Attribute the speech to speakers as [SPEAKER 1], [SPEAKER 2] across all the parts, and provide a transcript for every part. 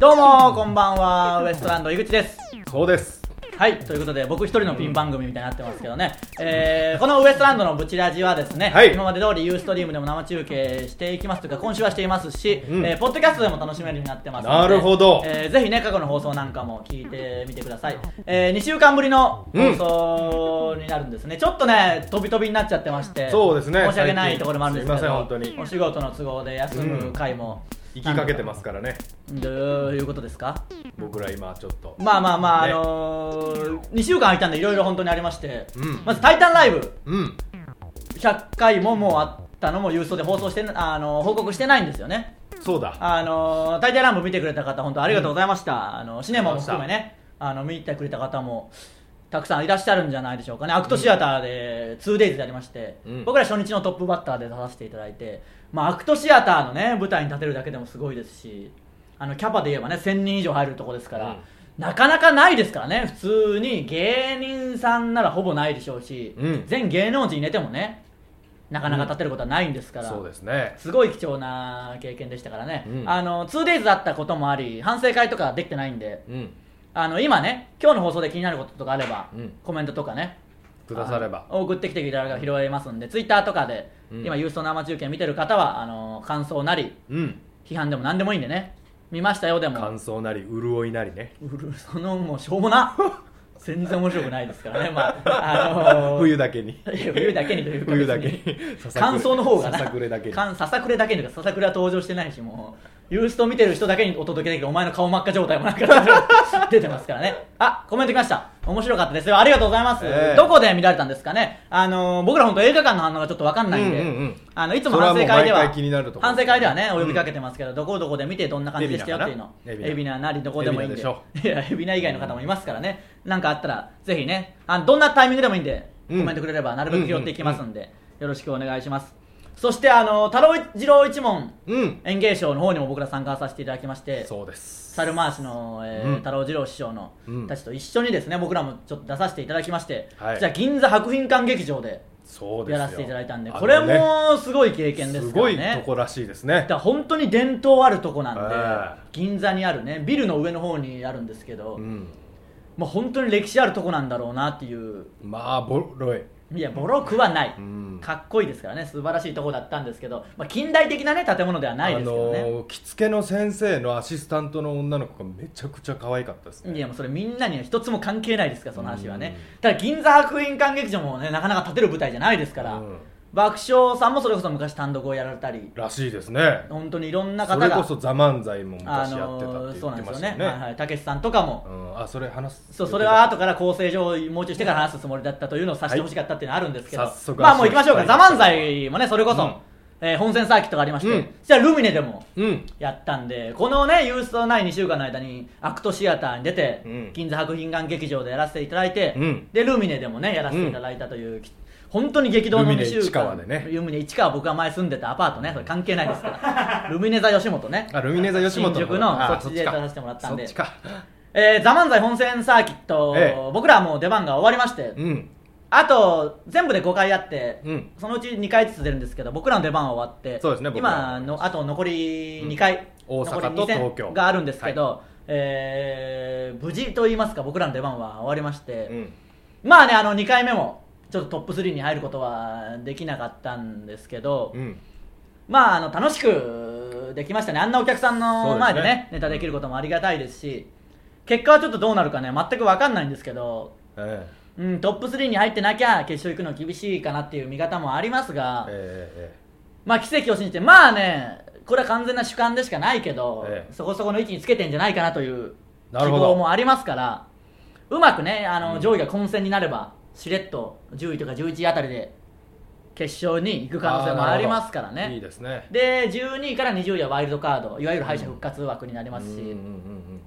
[SPEAKER 1] どうもこんばんはウエストランド井口です
[SPEAKER 2] そうです
[SPEAKER 1] はいということで僕一人のピン番組みたいになってますけどね、えー、このウエストランドのブチラジはですね、
[SPEAKER 2] はい
[SPEAKER 1] 今まで通りユーストリームでも生中継していきますというか今週はしていますし、
[SPEAKER 2] うん
[SPEAKER 1] えーポッドキャストでも楽しめるようになってますので
[SPEAKER 2] なるほど
[SPEAKER 1] えーぜひね過去の放送なんかも聞いてみてください、え2週間ぶりの放送になるんですね、ちょっとね飛び飛びになっちゃってまして
[SPEAKER 2] そうですね
[SPEAKER 1] 申し訳ないところもあるんですけど
[SPEAKER 2] すいません本当に
[SPEAKER 1] お仕事の都合で休む回も、
[SPEAKER 2] 行きかけてますからね
[SPEAKER 1] どういうことですか
[SPEAKER 2] 僕ら今ちょっと
[SPEAKER 1] まあまあまあ、
[SPEAKER 2] ね
[SPEAKER 1] あのー、2週間空いたんでいろいろ本当にありまして、
[SPEAKER 2] うん
[SPEAKER 1] まず「タイタンライブ
[SPEAKER 2] うん」
[SPEAKER 1] 100回ももうあったのも郵送で放送してなあのー報告してないんですよね
[SPEAKER 2] そうだ
[SPEAKER 1] あのー「タイタンライブ」見てくれた方本当ありがとうございました、あのシネマも含めねあの見てくれた方もたくさんいらっしゃるんじゃないでしょうかねアクトシアターで 2days でありまして、
[SPEAKER 2] うん
[SPEAKER 1] 僕ら初日のトップバッターで出させていただいて、まあ、アクトシアターのね舞台に立てるだけでもすごいですしあのキャパで言えばね1000人以上入るとこですから、
[SPEAKER 2] うん
[SPEAKER 1] なかなかないですからね普通に芸人さんならほぼないでしょうし、
[SPEAKER 2] うん
[SPEAKER 1] 全芸能人入れてもねなかなか立てることはないんですから、
[SPEAKER 2] そうですね
[SPEAKER 1] すごい貴重な経験でしたからね、
[SPEAKER 2] うん
[SPEAKER 1] あの 2days だったこともあり反省会とかできてないんで
[SPEAKER 2] うん
[SPEAKER 1] あの今ね今日の放送で気になることとかあれば、
[SPEAKER 2] うん
[SPEAKER 1] コメントとかね
[SPEAKER 2] くだされば
[SPEAKER 1] あの送ってきていただければ拾えますんで、ツイッターとかで、
[SPEAKER 2] うん
[SPEAKER 1] 今ユースト生中継見てる方はあの感想なり
[SPEAKER 2] うん
[SPEAKER 1] 批判でも何でもいいんでね見ましたよでも
[SPEAKER 2] 感想なり潤いなりね
[SPEAKER 1] うるそのもうしょうもな 全然面白くないですからねまああのー
[SPEAKER 2] 冬だけに
[SPEAKER 1] いや冬だけにというか
[SPEAKER 2] 冬だけ
[SPEAKER 1] 別に
[SPEAKER 2] に
[SPEAKER 1] 感想の方がな
[SPEAKER 2] ささくれだけに
[SPEAKER 1] かんささくれだけにというかささくれは登場してないしもうユースト見てる人だけにお届けできるお前の顔真っ赤状態もなんか出てますからねあコメント来ました面白かったですよありがとうございます、
[SPEAKER 2] ええ
[SPEAKER 1] どこで見られたんですかねあの僕ら本当映画館の反応がちょっと分かんないんで、
[SPEAKER 2] うんうんうん
[SPEAKER 1] あのいつも反省会で
[SPEAKER 2] それはもう
[SPEAKER 1] は
[SPEAKER 2] 毎回気になるところ
[SPEAKER 1] 反省会ではねお呼びかけてますけど、どこどこで見てどんな感じでしたよっていうの
[SPEAKER 2] 海老名かな
[SPEAKER 1] エビナなりどこでもいいんで
[SPEAKER 2] 海老名
[SPEAKER 1] いや海老名以外の方もいますからねなんかあったらぜひねあのどんなタイミングでもいいんでコ
[SPEAKER 2] うん
[SPEAKER 1] メントくれればなるべく拾っていきますんで、よろしくお願いしますそしてあの太郎次郎一門
[SPEAKER 2] うん
[SPEAKER 1] 演芸賞の方にも僕ら参加させていただきまして
[SPEAKER 2] そうです
[SPEAKER 1] 猿回しの、えー
[SPEAKER 2] うん
[SPEAKER 1] 太郎次郎師匠の、
[SPEAKER 2] うん
[SPEAKER 1] たちと一緒にですね僕らもちょっと出させていただきまして、
[SPEAKER 2] はい
[SPEAKER 1] じゃあ銀座博品館劇場で
[SPEAKER 2] そうです
[SPEAKER 1] や
[SPEAKER 2] よ
[SPEAKER 1] らせていただいたんで
[SPEAKER 2] あの
[SPEAKER 1] これ
[SPEAKER 2] ね
[SPEAKER 1] もすごい経験ですすから
[SPEAKER 2] ご
[SPEAKER 1] ね
[SPEAKER 2] いとこらしいですね
[SPEAKER 1] だから本当に伝統あるとこなんで、
[SPEAKER 2] ええ
[SPEAKER 1] 銀座にあるねビルの上の方にあるんですけど、
[SPEAKER 2] うん
[SPEAKER 1] まあ、本当に歴史あるとこなんだろうなっていう
[SPEAKER 2] まあボロい
[SPEAKER 1] いやボロくはない、
[SPEAKER 2] うん
[SPEAKER 1] かっこいいですからね素晴らしいとこだったんですけど、まあ、近代的なね建物ではないですけどね、
[SPEAKER 2] あのー着付けの先生のアシスタントの女の子がめちゃくちゃ可愛かったですね
[SPEAKER 1] いやもうそれみんなには一つも関係ないですからその話はね
[SPEAKER 2] う
[SPEAKER 1] ただ銀座博品館劇場もねなかなか立てる舞台じゃないですから、
[SPEAKER 2] うん
[SPEAKER 1] 爆笑さんもそれこそ昔単独をやられたり
[SPEAKER 2] らしいですね
[SPEAKER 1] 本当にいろんな
[SPEAKER 2] そ
[SPEAKER 1] 方
[SPEAKER 2] れこ
[SPEAKER 1] が
[SPEAKER 2] そ「ザ漫才も
[SPEAKER 1] あ
[SPEAKER 2] 昔やってたっ
[SPEAKER 1] の
[SPEAKER 2] て
[SPEAKER 1] ーそ
[SPEAKER 2] 言
[SPEAKER 1] う
[SPEAKER 2] っ
[SPEAKER 1] なんで
[SPEAKER 2] てます
[SPEAKER 1] よ
[SPEAKER 2] し
[SPEAKER 1] ね
[SPEAKER 2] たよね
[SPEAKER 1] はいはいたけしさんとかも、
[SPEAKER 2] うんあそれ話す
[SPEAKER 1] そうそれは後から構成上もうちょいしてから話すつもりだったというのをさせてほしかったっていうのはあるんですけど、
[SPEAKER 2] はい早速
[SPEAKER 1] まあもう行きましょうか「
[SPEAKER 2] 足を
[SPEAKER 1] ザ
[SPEAKER 2] 引っ張
[SPEAKER 1] 漫
[SPEAKER 2] り
[SPEAKER 1] 才もねそれこそ、
[SPEAKER 2] うん
[SPEAKER 1] えー本戦サーキットがありまして、
[SPEAKER 2] うん
[SPEAKER 1] じゃあルミネでも
[SPEAKER 2] うん
[SPEAKER 1] やったんでこのねユーストない2週間の間にアクトシアターに出て、
[SPEAKER 2] うん
[SPEAKER 1] 銀座博品館劇場でやらせていただいて、
[SPEAKER 2] うん
[SPEAKER 1] でルミネでもねやらせていただいたという、き本当に激動の
[SPEAKER 2] ルミネ
[SPEAKER 1] 2週間
[SPEAKER 2] 市川でね
[SPEAKER 1] ルミネ市川僕が前住んでたアパートねそれ関係ないですからルミネ座吉本ね
[SPEAKER 2] あルミネ座吉本
[SPEAKER 1] 新宿の
[SPEAKER 2] あ
[SPEAKER 1] そっちで
[SPEAKER 2] か
[SPEAKER 1] 出させてもらったんで
[SPEAKER 2] そっちか
[SPEAKER 1] えー、ザ・漫才本戦サーキット、
[SPEAKER 2] ええ
[SPEAKER 1] 僕らはもう出番が終わりまして、
[SPEAKER 2] うん
[SPEAKER 1] あと全部で5回あって、
[SPEAKER 2] うん
[SPEAKER 1] そのうち2回ずつ出るんですけど僕らの出番は終わって
[SPEAKER 2] そうですね僕ら
[SPEAKER 1] 今のあと残り2回、
[SPEAKER 2] うん大
[SPEAKER 1] 残
[SPEAKER 2] 阪
[SPEAKER 1] り
[SPEAKER 2] と
[SPEAKER 1] 2戦
[SPEAKER 2] 東京
[SPEAKER 1] があるんですけど、えー無事と言いますか僕らの出番は終わりまして、
[SPEAKER 2] うん
[SPEAKER 1] まあねあの2回目もちょっとトップ3に入ることはできなかったんですけど、
[SPEAKER 2] うん
[SPEAKER 1] まああの楽しくできましたねあんなお客さんの前でね
[SPEAKER 2] そうですね
[SPEAKER 1] ネタできることもありがたいですし結果はちょっとどうなるかね全く分かんないんですけど、
[SPEAKER 2] え
[SPEAKER 1] うん、トップ3に入ってなきゃ決勝行くの厳しいかなっていう見方もあります
[SPEAKER 2] え
[SPEAKER 1] が、
[SPEAKER 2] え
[SPEAKER 1] まあ奇跡を信じてまあねこれは完全な主観でしかないけど、
[SPEAKER 2] ええ
[SPEAKER 1] そこそこの位置につけてんじゃないかなという
[SPEAKER 2] な
[SPEAKER 1] 希
[SPEAKER 2] るほど
[SPEAKER 1] 望もありますからうまくねあの、
[SPEAKER 2] うん
[SPEAKER 1] 上位が混戦になればしれっと10位とか11位あたりで決勝に行く可能性もありますから
[SPEAKER 2] ええ
[SPEAKER 1] ね
[SPEAKER 2] えいいですね
[SPEAKER 1] で12位から20位はワイルドカードいわゆる敗者復活枠になりますし、
[SPEAKER 2] うんうんうんうん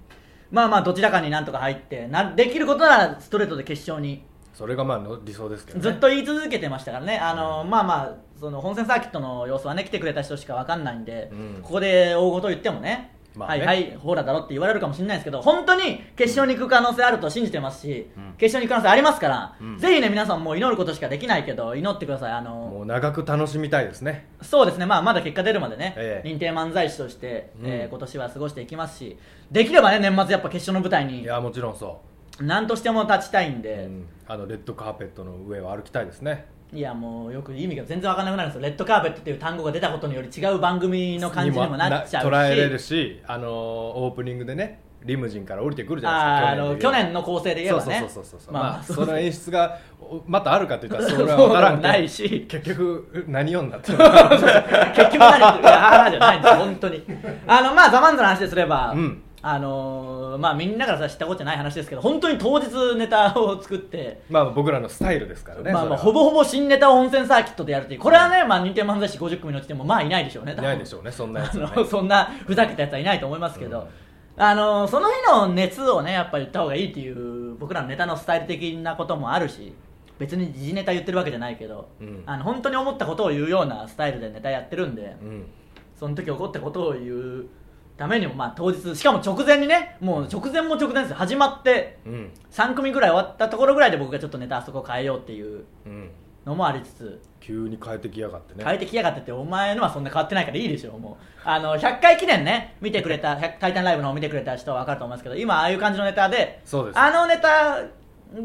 [SPEAKER 1] まあまあどちらかになんとか入ってなできることならストレートで決勝に
[SPEAKER 2] それがまあの理想ですけどね
[SPEAKER 1] ずっと言い続けてましたからねあのまあまあその本戦サーキットの様子はね来てくれた人しか分かんないんで、
[SPEAKER 2] うん
[SPEAKER 1] ここで大ごと言ってもね
[SPEAKER 2] まあね
[SPEAKER 1] はいはいほらだろって言われるかもしれないですけど本当に決勝に行く可能性あると信じてますし、
[SPEAKER 2] うん
[SPEAKER 1] 決勝に行く可能性ありますから、
[SPEAKER 2] うん
[SPEAKER 1] ぜひね皆さんもう祈ることしかできないけど祈ってくださいあの
[SPEAKER 2] もう長く楽しみたいですね
[SPEAKER 1] そうですね、まあ、まだ結果出るまでね、
[SPEAKER 2] ええ
[SPEAKER 1] 認定漫才師として、
[SPEAKER 2] うん
[SPEAKER 1] えー今年は過ごしていきますしできればね年末やっぱ決勝の舞台
[SPEAKER 2] い
[SPEAKER 1] に
[SPEAKER 2] やもちろんそ
[SPEAKER 1] 何としても立ちたいん
[SPEAKER 2] う、
[SPEAKER 1] で、
[SPEAKER 2] うんあのレッドカーペットの上を歩きたいですね
[SPEAKER 1] いやもうよく意味が全然わかんなくなるんですよレッドカーペットっていう単語が出たことにより違う番組の感じにもなっちゃうし
[SPEAKER 2] にもな捉えれるしあのーオープニングでねリムジンから降りてくるじゃ
[SPEAKER 1] あー
[SPEAKER 2] な
[SPEAKER 1] あ
[SPEAKER 2] い
[SPEAKER 1] の
[SPEAKER 2] ですか
[SPEAKER 1] 去年の構成で言えばね
[SPEAKER 2] そうそうそうそうそう、
[SPEAKER 1] まあ
[SPEAKER 2] まあ
[SPEAKER 1] まあ
[SPEAKER 2] その演出がおまたあるかといったらそれは
[SPEAKER 1] そう
[SPEAKER 2] 分からんけど
[SPEAKER 1] ないし
[SPEAKER 2] 結局何をんなっ てる
[SPEAKER 1] 結局何言ってるいやあーじゃないんですよ本当にあのまあザ・マンザの話ですれば、
[SPEAKER 2] うん
[SPEAKER 1] あのーまあみんなからさ知ったことじゃない話ですけど本当に当日ネタを作って、
[SPEAKER 2] まあ僕らのスタイルですからね
[SPEAKER 1] まあ、まあ
[SPEAKER 2] それ
[SPEAKER 1] ほ
[SPEAKER 2] は
[SPEAKER 1] ぼほぼ新ネタを温泉サーキットでやるっていうこれはね、まあ、認定漫才師50組のうちでもまあいないでしょうね多
[SPEAKER 2] い
[SPEAKER 1] 分
[SPEAKER 2] ないでしょうねそんなやつはね
[SPEAKER 1] あのそんなふざけたやつはいないと思いますけど、
[SPEAKER 2] うん
[SPEAKER 1] あのその日の熱をねやっぱ言った方がいいっていう僕らのネタのスタイル的なこともあるし別に時事ネタ言ってるわけじゃないけど、
[SPEAKER 2] うん
[SPEAKER 1] あの本当に思ったことを言うようなスタイルでネタやってるんで、
[SPEAKER 2] うん
[SPEAKER 1] その時起こったことを言うためにも、まあ、当日しかも直前にねもう直前も直前ですよ始まって
[SPEAKER 2] うん
[SPEAKER 1] 3組ぐらい終わったところぐらいで僕がちょっとネタあそこ変えようっていう
[SPEAKER 2] うん
[SPEAKER 1] のもありつつ。
[SPEAKER 2] 急に変えてきやがってね
[SPEAKER 1] 変えてきやがってってお前のはそんな変わってないからいいでしょもうあの100回記念ね見てくれた100「タイタン ライブ」の方見てくれた人は分かると思いますけど今ああいう感じのネタで
[SPEAKER 2] そうです
[SPEAKER 1] あのネタ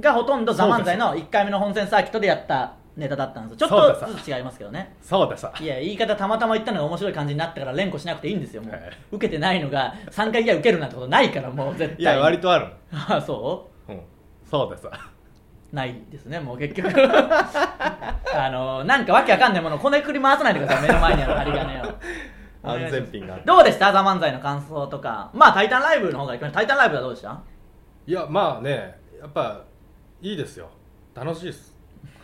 [SPEAKER 1] がほとんど「ザ漫才の1回目の本戦サーキットでやったネタだったんですよち
[SPEAKER 2] そう
[SPEAKER 1] ょ
[SPEAKER 2] で
[SPEAKER 1] っ
[SPEAKER 2] す
[SPEAKER 1] とずつ違いますけどね
[SPEAKER 2] そうださ
[SPEAKER 1] いや言い方たまたま言ったのが面白い感じになったから連呼しなくていいんですよもう、
[SPEAKER 2] はい
[SPEAKER 1] 受けてないのが3回以外受けるなんてことないからもう絶対
[SPEAKER 2] いや割とある
[SPEAKER 1] あそう
[SPEAKER 2] もんうんそうださ
[SPEAKER 1] ないですねもう結局 あのなんかわけわかんないものをこねくり回さないでください目の前にある針金を
[SPEAKER 2] 安全ピンがある
[SPEAKER 1] どうでした「ザ漫才の感想とかまあ「タイタンライブ」の方がいきましタイタンライブ」はどうでした
[SPEAKER 2] いやまあねやっぱいいですよ楽しいです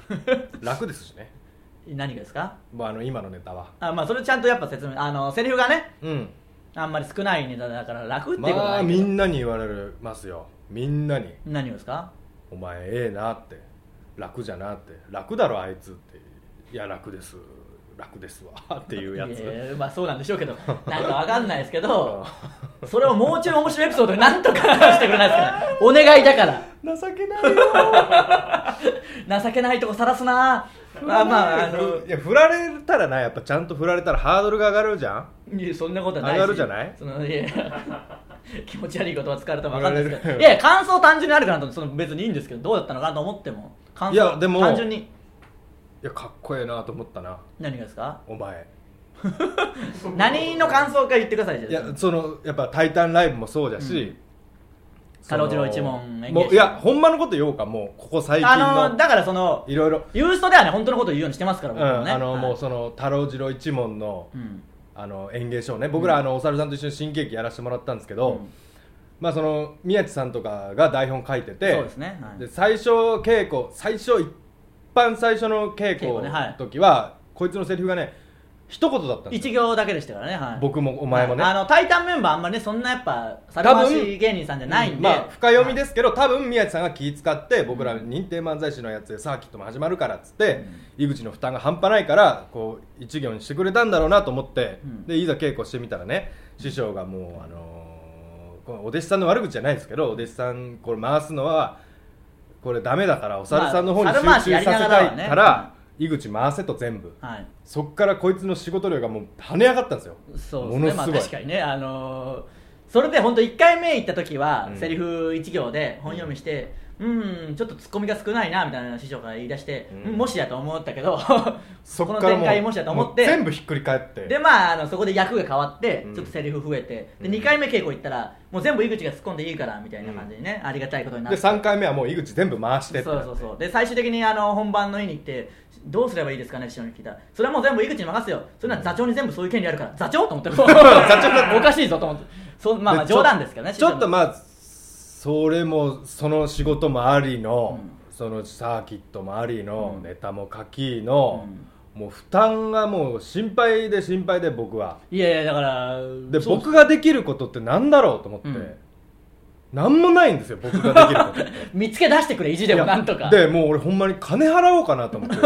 [SPEAKER 2] 楽ですしね
[SPEAKER 1] 何がですか
[SPEAKER 2] まああの今のネタは
[SPEAKER 1] あまあそれちゃんとやっぱ説明あのセリフがね
[SPEAKER 2] うん
[SPEAKER 1] あんまり少ないネタだから楽っていうことは
[SPEAKER 2] ま
[SPEAKER 1] な
[SPEAKER 2] あ
[SPEAKER 1] いけ
[SPEAKER 2] み
[SPEAKER 1] ど、
[SPEAKER 2] んなに言われますよみんなに
[SPEAKER 1] 何をですか
[SPEAKER 2] 「お前ええな」って「楽じゃな」って「楽だろあいつ」って「いや楽です楽ですわ」 っていうや
[SPEAKER 1] い
[SPEAKER 2] つ
[SPEAKER 1] やまあそうなんでしょうけどなんかわかんないですけ どそれをもうちょい面白いエピソードになんとかしてくれないですかねお願いだから
[SPEAKER 2] 情けないよ
[SPEAKER 1] 情けないとこさらす な まあまああの
[SPEAKER 2] いや振られたらなやっぱちゃんと振られたらハードルが上がるじゃん
[SPEAKER 1] いやそんなことはないし
[SPEAKER 2] 上がるじゃない
[SPEAKER 1] そのいや 気持ち悪い言葉使われたら分かんないですけ
[SPEAKER 2] 上がれ
[SPEAKER 1] ど
[SPEAKER 2] る
[SPEAKER 1] いや感想単純にあるかなと思ってその別にいいんですけどどうだったのかなと思っても感想
[SPEAKER 2] いやでも
[SPEAKER 1] 単純に
[SPEAKER 2] いやかっこええなと思ったな
[SPEAKER 1] 何がですか
[SPEAKER 2] お前
[SPEAKER 1] 何の感想か言ってください
[SPEAKER 2] い
[SPEAKER 1] じゃあ
[SPEAKER 2] やそのやっぱ「タイタンライブ」もそうだし、その
[SPEAKER 1] かろうじろ一問演芸
[SPEAKER 2] もういやほんまのこと言おうかもうここ最近
[SPEAKER 1] あの
[SPEAKER 2] の
[SPEAKER 1] だからその
[SPEAKER 2] いろいろ
[SPEAKER 1] ユーストではね本当のことを言うようにしてますから
[SPEAKER 2] うん
[SPEAKER 1] 僕もね、
[SPEAKER 2] あの
[SPEAKER 1] はい
[SPEAKER 2] もうその太郎次郎一門の
[SPEAKER 1] うん
[SPEAKER 2] あの演芸ショーね僕ら、あのお猿さんと一緒に新喜劇やらせてもらったんですけど、
[SPEAKER 1] うん
[SPEAKER 2] まあその宮地さんとかが台本書いてて
[SPEAKER 1] そうですねはい
[SPEAKER 2] で最初稽古最初一般最初の稽古
[SPEAKER 1] 稽古ねはい
[SPEAKER 2] の時は、こいつのセリフがね一言だったんです
[SPEAKER 1] 一
[SPEAKER 2] よ
[SPEAKER 1] 行だけでしたからね、はい、
[SPEAKER 2] 僕もお前もね、
[SPEAKER 1] はいあのタイタンメンバーあんまりねそんなやっぱ猿回し芸人さんじゃないんで、
[SPEAKER 2] まあ深読みですけど、多分宮地さんが気使って僕ら認定漫才師のやつでサーキットも始まるからっつって、井口の負担が半端ないからこう一行にしてくれたんだろうなと思って、
[SPEAKER 1] うん
[SPEAKER 2] でいざ稽古してみたらね師匠がもう、あのーこのお弟子さんの悪口じゃないですけどお弟子さんこれ回すのはこれダメだからお猿さんの方に
[SPEAKER 1] まあ
[SPEAKER 2] 集
[SPEAKER 1] 猿回
[SPEAKER 2] 中
[SPEAKER 1] し
[SPEAKER 2] さ
[SPEAKER 1] や
[SPEAKER 2] せ
[SPEAKER 1] りな
[SPEAKER 2] た
[SPEAKER 1] が
[SPEAKER 2] い
[SPEAKER 1] らはね
[SPEAKER 2] から井口回せと全部
[SPEAKER 1] はい
[SPEAKER 2] そっからこいつの仕事量がもう跳ね上がったんですよ
[SPEAKER 1] そうです
[SPEAKER 2] も
[SPEAKER 1] ね
[SPEAKER 2] の
[SPEAKER 1] まあ
[SPEAKER 2] すごい
[SPEAKER 1] 確かにねあのーそれで本当1回目行った時は、
[SPEAKER 2] うん
[SPEAKER 1] セリフ1行で本読みしてうんちょっとツッコミが少ないなみたいな師匠が言い出して、
[SPEAKER 2] うん
[SPEAKER 1] もしやと思った けど
[SPEAKER 2] そ
[SPEAKER 1] こ
[SPEAKER 2] っ
[SPEAKER 1] の
[SPEAKER 2] から
[SPEAKER 1] 展
[SPEAKER 2] も
[SPEAKER 1] 開
[SPEAKER 2] う
[SPEAKER 1] もしやと思っ
[SPEAKER 2] もう全
[SPEAKER 1] て
[SPEAKER 2] 部ひっくり返って
[SPEAKER 1] でまああのそこで役が変わって、
[SPEAKER 2] うん
[SPEAKER 1] ちょっとセリフ増えてで
[SPEAKER 2] うん
[SPEAKER 1] 2回目稽古行ったらもう全部井口が突っ込んでいいからみたいな感じにね、ありがたいことになっ
[SPEAKER 2] で
[SPEAKER 1] て
[SPEAKER 2] 3回目はもう井口全部回してって
[SPEAKER 1] そうそうそうで最終的にあの本番の日に行ってどうすればいいですかね師匠に聞いたらそれはもう全部井口に任せよそれなら座長に全部そういう権利あるから座長と思って 座長おかしいぞと思ってそうまあまあ
[SPEAKER 2] でちょ
[SPEAKER 1] 冗談ですけどね
[SPEAKER 2] ちょっと
[SPEAKER 1] あ
[SPEAKER 2] まあそれもその仕事もありの、
[SPEAKER 1] う
[SPEAKER 2] そのサーキットもありの、
[SPEAKER 1] うん
[SPEAKER 2] ネタも書きの、もう負担がもう心配で心配で僕はい
[SPEAKER 1] やいやだから
[SPEAKER 2] で
[SPEAKER 1] そう
[SPEAKER 2] 僕ができることってなんだろうと思って、
[SPEAKER 1] うん
[SPEAKER 2] 何もないんですよ僕ができることって
[SPEAKER 1] 見つけ出してくれ意 地でもなんとか
[SPEAKER 2] でもう俺ほんまに金払おうかな と思って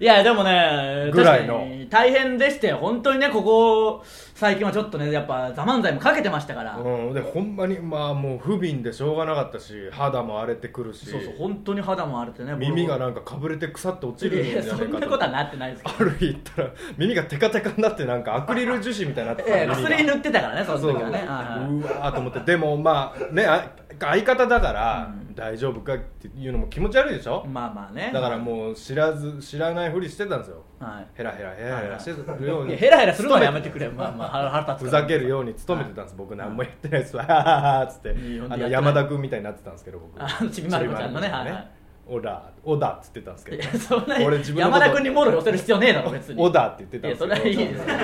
[SPEAKER 1] いやでもね
[SPEAKER 2] ぐらいの
[SPEAKER 1] 確かに大変でして本当にねここ最近はちょっとねやっぱ「ザ漫才もかけてましたから、
[SPEAKER 2] うん、でほんまにまあもう不憫でしょうがなかったし肌も荒れてくるし
[SPEAKER 1] そうそう本当に肌も荒れてね
[SPEAKER 2] 耳が
[SPEAKER 1] な
[SPEAKER 2] なんかかぶれて腐って落ち
[SPEAKER 1] い
[SPEAKER 2] る
[SPEAKER 1] やいや
[SPEAKER 2] んじゃ
[SPEAKER 1] そ
[SPEAKER 2] ない
[SPEAKER 1] ん
[SPEAKER 2] か
[SPEAKER 1] なことはなってないですけど
[SPEAKER 2] ある日行ったら耳がテカテカになってなんかアクリル樹脂みたいになってた
[SPEAKER 1] ええ
[SPEAKER 2] 耳が
[SPEAKER 1] 薬塗ってたからねその
[SPEAKER 2] そう
[SPEAKER 1] 時
[SPEAKER 2] う
[SPEAKER 1] はねはいはいう
[SPEAKER 2] わーと思ってでもまあねあ相方だから大丈夫かっていうのも気持ち悪いでしょ、
[SPEAKER 1] まあまあね
[SPEAKER 2] だからもう知らず知らないふりしてたんですよ
[SPEAKER 1] はい
[SPEAKER 2] ヘラヘラヘラヘラしてるよう
[SPEAKER 1] い
[SPEAKER 2] に
[SPEAKER 1] やヘラヘラするのはやめてくれまあまあ腹腹立
[SPEAKER 2] ふ
[SPEAKER 1] つから
[SPEAKER 2] ざけるように努めてたんです僕何もやってないですわははははっつって
[SPEAKER 1] いいよやってな
[SPEAKER 2] あの
[SPEAKER 1] い
[SPEAKER 2] 山田君みたいになってたんですけど僕
[SPEAKER 1] あのちびまる子ちゃんのね
[SPEAKER 2] ちびまる子
[SPEAKER 1] はいはい
[SPEAKER 2] オダオダっつってたんですけ
[SPEAKER 1] い
[SPEAKER 2] ど
[SPEAKER 1] やそんな
[SPEAKER 2] 俺自分のこ
[SPEAKER 1] 山
[SPEAKER 2] と
[SPEAKER 1] 田君にもろ寄せる必要ねえだろ別に
[SPEAKER 2] オダって言って
[SPEAKER 1] い
[SPEAKER 2] たん
[SPEAKER 1] や
[SPEAKER 2] です
[SPEAKER 1] そ
[SPEAKER 2] け
[SPEAKER 1] れは
[SPEAKER 2] ど
[SPEAKER 1] いいですよ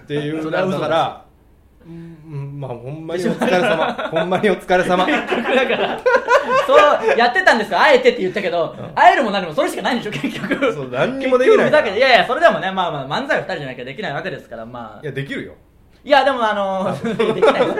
[SPEAKER 2] っていう
[SPEAKER 1] それは嘘
[SPEAKER 2] だ
[SPEAKER 1] です
[SPEAKER 2] からうんまあほんまにお疲れ様 ほんまにお疲れ様
[SPEAKER 1] 結局だからそうやってたんですよあえてって言ったけど、会えるも何もそれしかないんでしょ結局
[SPEAKER 2] そう何にもできな
[SPEAKER 1] 結
[SPEAKER 2] い
[SPEAKER 1] 局ふざけていやいやそれでもねまあまあ漫才は2人じゃなきゃできないわけですからまあ
[SPEAKER 2] い
[SPEAKER 1] い
[SPEAKER 2] やできるよ
[SPEAKER 1] やでもあの できないです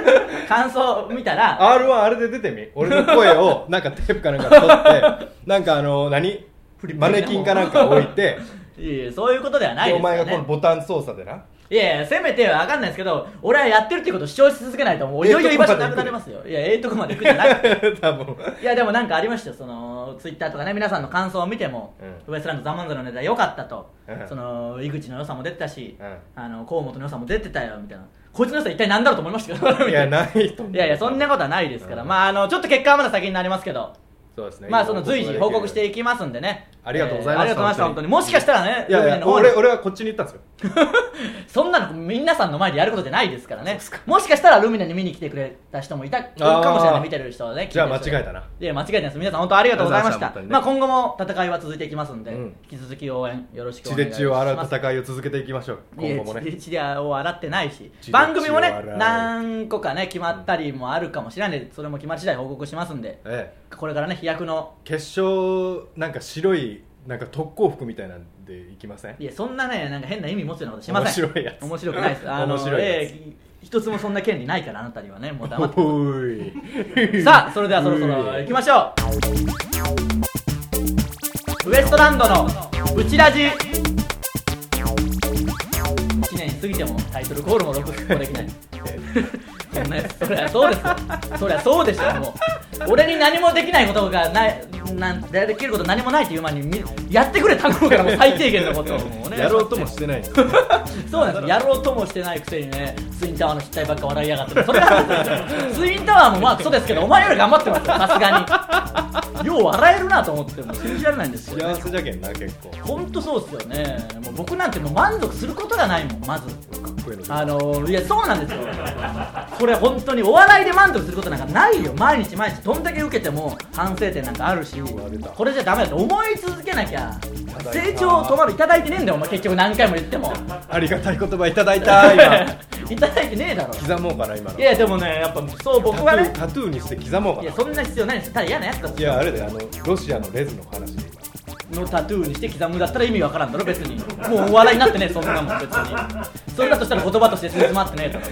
[SPEAKER 1] 感想見たら
[SPEAKER 2] R1 あれで出てみ俺の声をなんかテープかなんかで撮ってなんかあの何
[SPEAKER 1] フリップ
[SPEAKER 2] マネキンかなんか置い て
[SPEAKER 1] いやいやそういうことではない
[SPEAKER 2] で
[SPEAKER 1] で
[SPEAKER 2] お
[SPEAKER 1] すよ、ね、
[SPEAKER 2] 前がこのボタン操作でない
[SPEAKER 1] やいやせめて分かんないですけど俺はやってるってことを主張し続けないともういよいよ居場所なくなりますよいやええとこまで行くじゃなくて
[SPEAKER 2] 多分
[SPEAKER 1] いやでもなんかありましたよそのツイッターとかね皆さんの感想を見ても、
[SPEAKER 2] う
[SPEAKER 1] ウエストランドザ・マンザのネタ良かったと、
[SPEAKER 2] うん
[SPEAKER 1] その井口の良さも出てたし、
[SPEAKER 2] うん
[SPEAKER 1] あの河本の良さも出てたよみたいなこいつの良さ一体何だろうと思いましたけど
[SPEAKER 2] いやないと思う
[SPEAKER 1] い
[SPEAKER 2] い
[SPEAKER 1] やいやそんなことはないですから、
[SPEAKER 2] うん
[SPEAKER 1] まああのちょっと結果はまだ先になりますけど
[SPEAKER 2] そうですね
[SPEAKER 1] まあその随時報告して
[SPEAKER 2] い
[SPEAKER 1] いきますんでね
[SPEAKER 2] ありがとうございま
[SPEAKER 1] えーあ
[SPEAKER 2] した
[SPEAKER 1] りがとうございました
[SPEAKER 2] 本
[SPEAKER 1] 本
[SPEAKER 2] 当
[SPEAKER 1] 当
[SPEAKER 2] に
[SPEAKER 1] にもしかしたらね
[SPEAKER 2] やい
[SPEAKER 1] 読売
[SPEAKER 2] や
[SPEAKER 1] の方に
[SPEAKER 2] 俺俺はこっちに行ったんですよ
[SPEAKER 1] そんなの皆さんの前でやることじゃないですからねもしかしたらルミネに見に来てくれた人もいたかもしれな
[SPEAKER 2] あー
[SPEAKER 1] い見てる人はね
[SPEAKER 2] じゃあ
[SPEAKER 1] 聞いてる人で
[SPEAKER 2] 間違えたない
[SPEAKER 1] や間違えてないです皆さん本当ありがとうございまし
[SPEAKER 2] あ
[SPEAKER 1] た
[SPEAKER 2] りがとうご
[SPEAKER 1] ま
[SPEAKER 2] ざいま
[SPEAKER 1] あ、
[SPEAKER 2] した
[SPEAKER 1] 今後も戦いは続いていきますんで、
[SPEAKER 2] うん
[SPEAKER 1] 引き続き応援よろしくお
[SPEAKER 2] 血
[SPEAKER 1] 願い
[SPEAKER 2] で
[SPEAKER 1] します
[SPEAKER 2] 血を洗う戦いを続けていきましょう
[SPEAKER 1] いや
[SPEAKER 2] 今後もね
[SPEAKER 1] 血で血を洗ってないし
[SPEAKER 2] 血で血を
[SPEAKER 1] 番
[SPEAKER 2] 洗う
[SPEAKER 1] 組もね何個かね決まったりもあるかもしれないんでそれも決まり次第報告しますんで
[SPEAKER 2] ええ
[SPEAKER 1] これからね飛躍の
[SPEAKER 2] 決勝なんか白いなんか特攻服みたいなんでいきません
[SPEAKER 1] いやそんなねなんか変な意味持つようなことしません
[SPEAKER 2] 面白いやつ
[SPEAKER 1] 面白くないですあの
[SPEAKER 2] 面白いやつ
[SPEAKER 1] ええ一つもそんな権利ないからあなたにはねもう黙って
[SPEAKER 2] おい
[SPEAKER 1] さあそれではそろそろ行きましょうウエストランドのブチラジ1年過ぎてもタイトルコールも録音もできないこんなやつそりゃそうですよそりゃそうでしょもう俺に何もできないことがないなんでできること何もないっていう前にみやってくれ頼むからもう最低限のことをもうね
[SPEAKER 2] やろうともしてない
[SPEAKER 1] そうなんですやろうともしてないくせにねツインタワーの失態ばっか笑いやがってそれなんですよツインタワーもまあクソですけどお前より頑張ってますよさすがによう笑えるなと思ってもう信じられないんですよ
[SPEAKER 2] 幸せじゃけんな結構か
[SPEAKER 1] 本当そうですよねもう僕なんてもう満足することがないもんまず
[SPEAKER 2] っこいいの
[SPEAKER 1] あのいやそうなんですよこれ本当にお笑いで満足することなんかないよ毎日毎日どんだけ受けても反省点なんかあるし
[SPEAKER 2] わ出た
[SPEAKER 1] これじゃダメだと思い続けなきゃ成長を止まるいただいてねえんだよお前結局何回も言っても
[SPEAKER 2] ありがたい言葉いただい た今
[SPEAKER 1] いただいてねえだろ
[SPEAKER 2] 刻もうかな今の
[SPEAKER 1] いやでもねやっぱそう
[SPEAKER 2] タ
[SPEAKER 1] 僕
[SPEAKER 2] ト
[SPEAKER 1] は
[SPEAKER 2] ゥー
[SPEAKER 1] ね
[SPEAKER 2] タトゥーにして刻もうか
[SPEAKER 1] い
[SPEAKER 2] な
[SPEAKER 1] やそんな必要ないんですよただ嫌なやつだ
[SPEAKER 2] いやあれだよあのロシアのレズの話で
[SPEAKER 1] のタトゥーにして刻むだったら意味わからんだろ別にもうお笑いになってねえそんなもん別にそれだとしたら言葉として詰まってねえだろ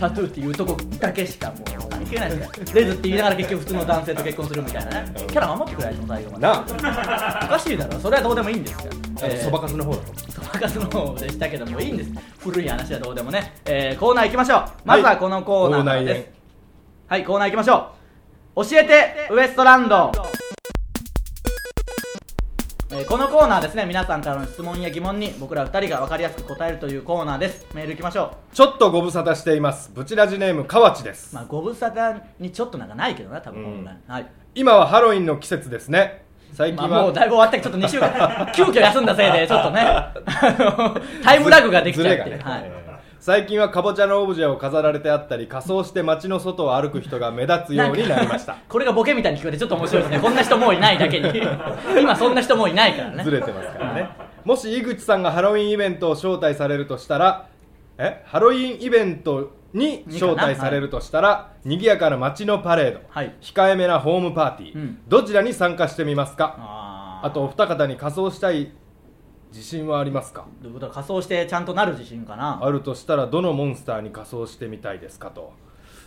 [SPEAKER 1] タトゥーっていうとこだけしかもう関係ないですからレズって言いながら結局普通の男性と結婚するみたいなねキャラ守ってくれないと最後まで
[SPEAKER 2] なあ
[SPEAKER 1] おかしいだろそれはどうでもいいんですから
[SPEAKER 2] あの
[SPEAKER 1] えー
[SPEAKER 2] そばかすの方だろ
[SPEAKER 1] そばかすの方でしたけどもいいんです古い話はどうでもね、えーコーナー行きましょうまずはこのコーナーからですはい、コーナー行きましょう教えてウエストランドえーこのコーナーはですね皆さんからの質問や疑問に僕ら2人が分かりやすく答えるというコーナーですメール行きましょ
[SPEAKER 2] ちょっとご無沙汰していますブチラジネーム河内で
[SPEAKER 1] う
[SPEAKER 2] す
[SPEAKER 1] まあご無沙汰にちょっとなんかないけどな多分、
[SPEAKER 2] うん
[SPEAKER 1] はい
[SPEAKER 2] 今はハロウィンの季節ですね最
[SPEAKER 1] ま
[SPEAKER 2] 近
[SPEAKER 1] あ、も
[SPEAKER 2] は
[SPEAKER 1] うだいぶ終わったけどちょっと2週間 急遽休んだせいでちょっとねあのタイムラグができちゃうって
[SPEAKER 2] ず
[SPEAKER 1] いう、
[SPEAKER 2] れが
[SPEAKER 1] は
[SPEAKER 2] ね
[SPEAKER 1] い、
[SPEAKER 2] えー最近はかぼちゃのオブジェを飾られてあったり仮装して街の外を歩く人が目立つようになりまし
[SPEAKER 1] ん
[SPEAKER 2] た
[SPEAKER 1] かこれがボケみたいに聞こえてちょっと面白いですねこんな人もういないだ けに今そんな人もういないからね
[SPEAKER 2] ずれてますからねもし井口さんがハロウィンイベントを招待されるとしたらえハロウィンイベントに招待されるとしたら賑やかな街のパレード、
[SPEAKER 1] はい
[SPEAKER 2] 控えめなホームパーティー、
[SPEAKER 1] うん
[SPEAKER 2] どちらに参加してみますか
[SPEAKER 1] あー
[SPEAKER 2] あとお二方に仮装したい自信はありますか
[SPEAKER 1] ということは仮装してちゃんとなる自信かな
[SPEAKER 2] あるとしたらどのモンスターに仮装してみたいですかと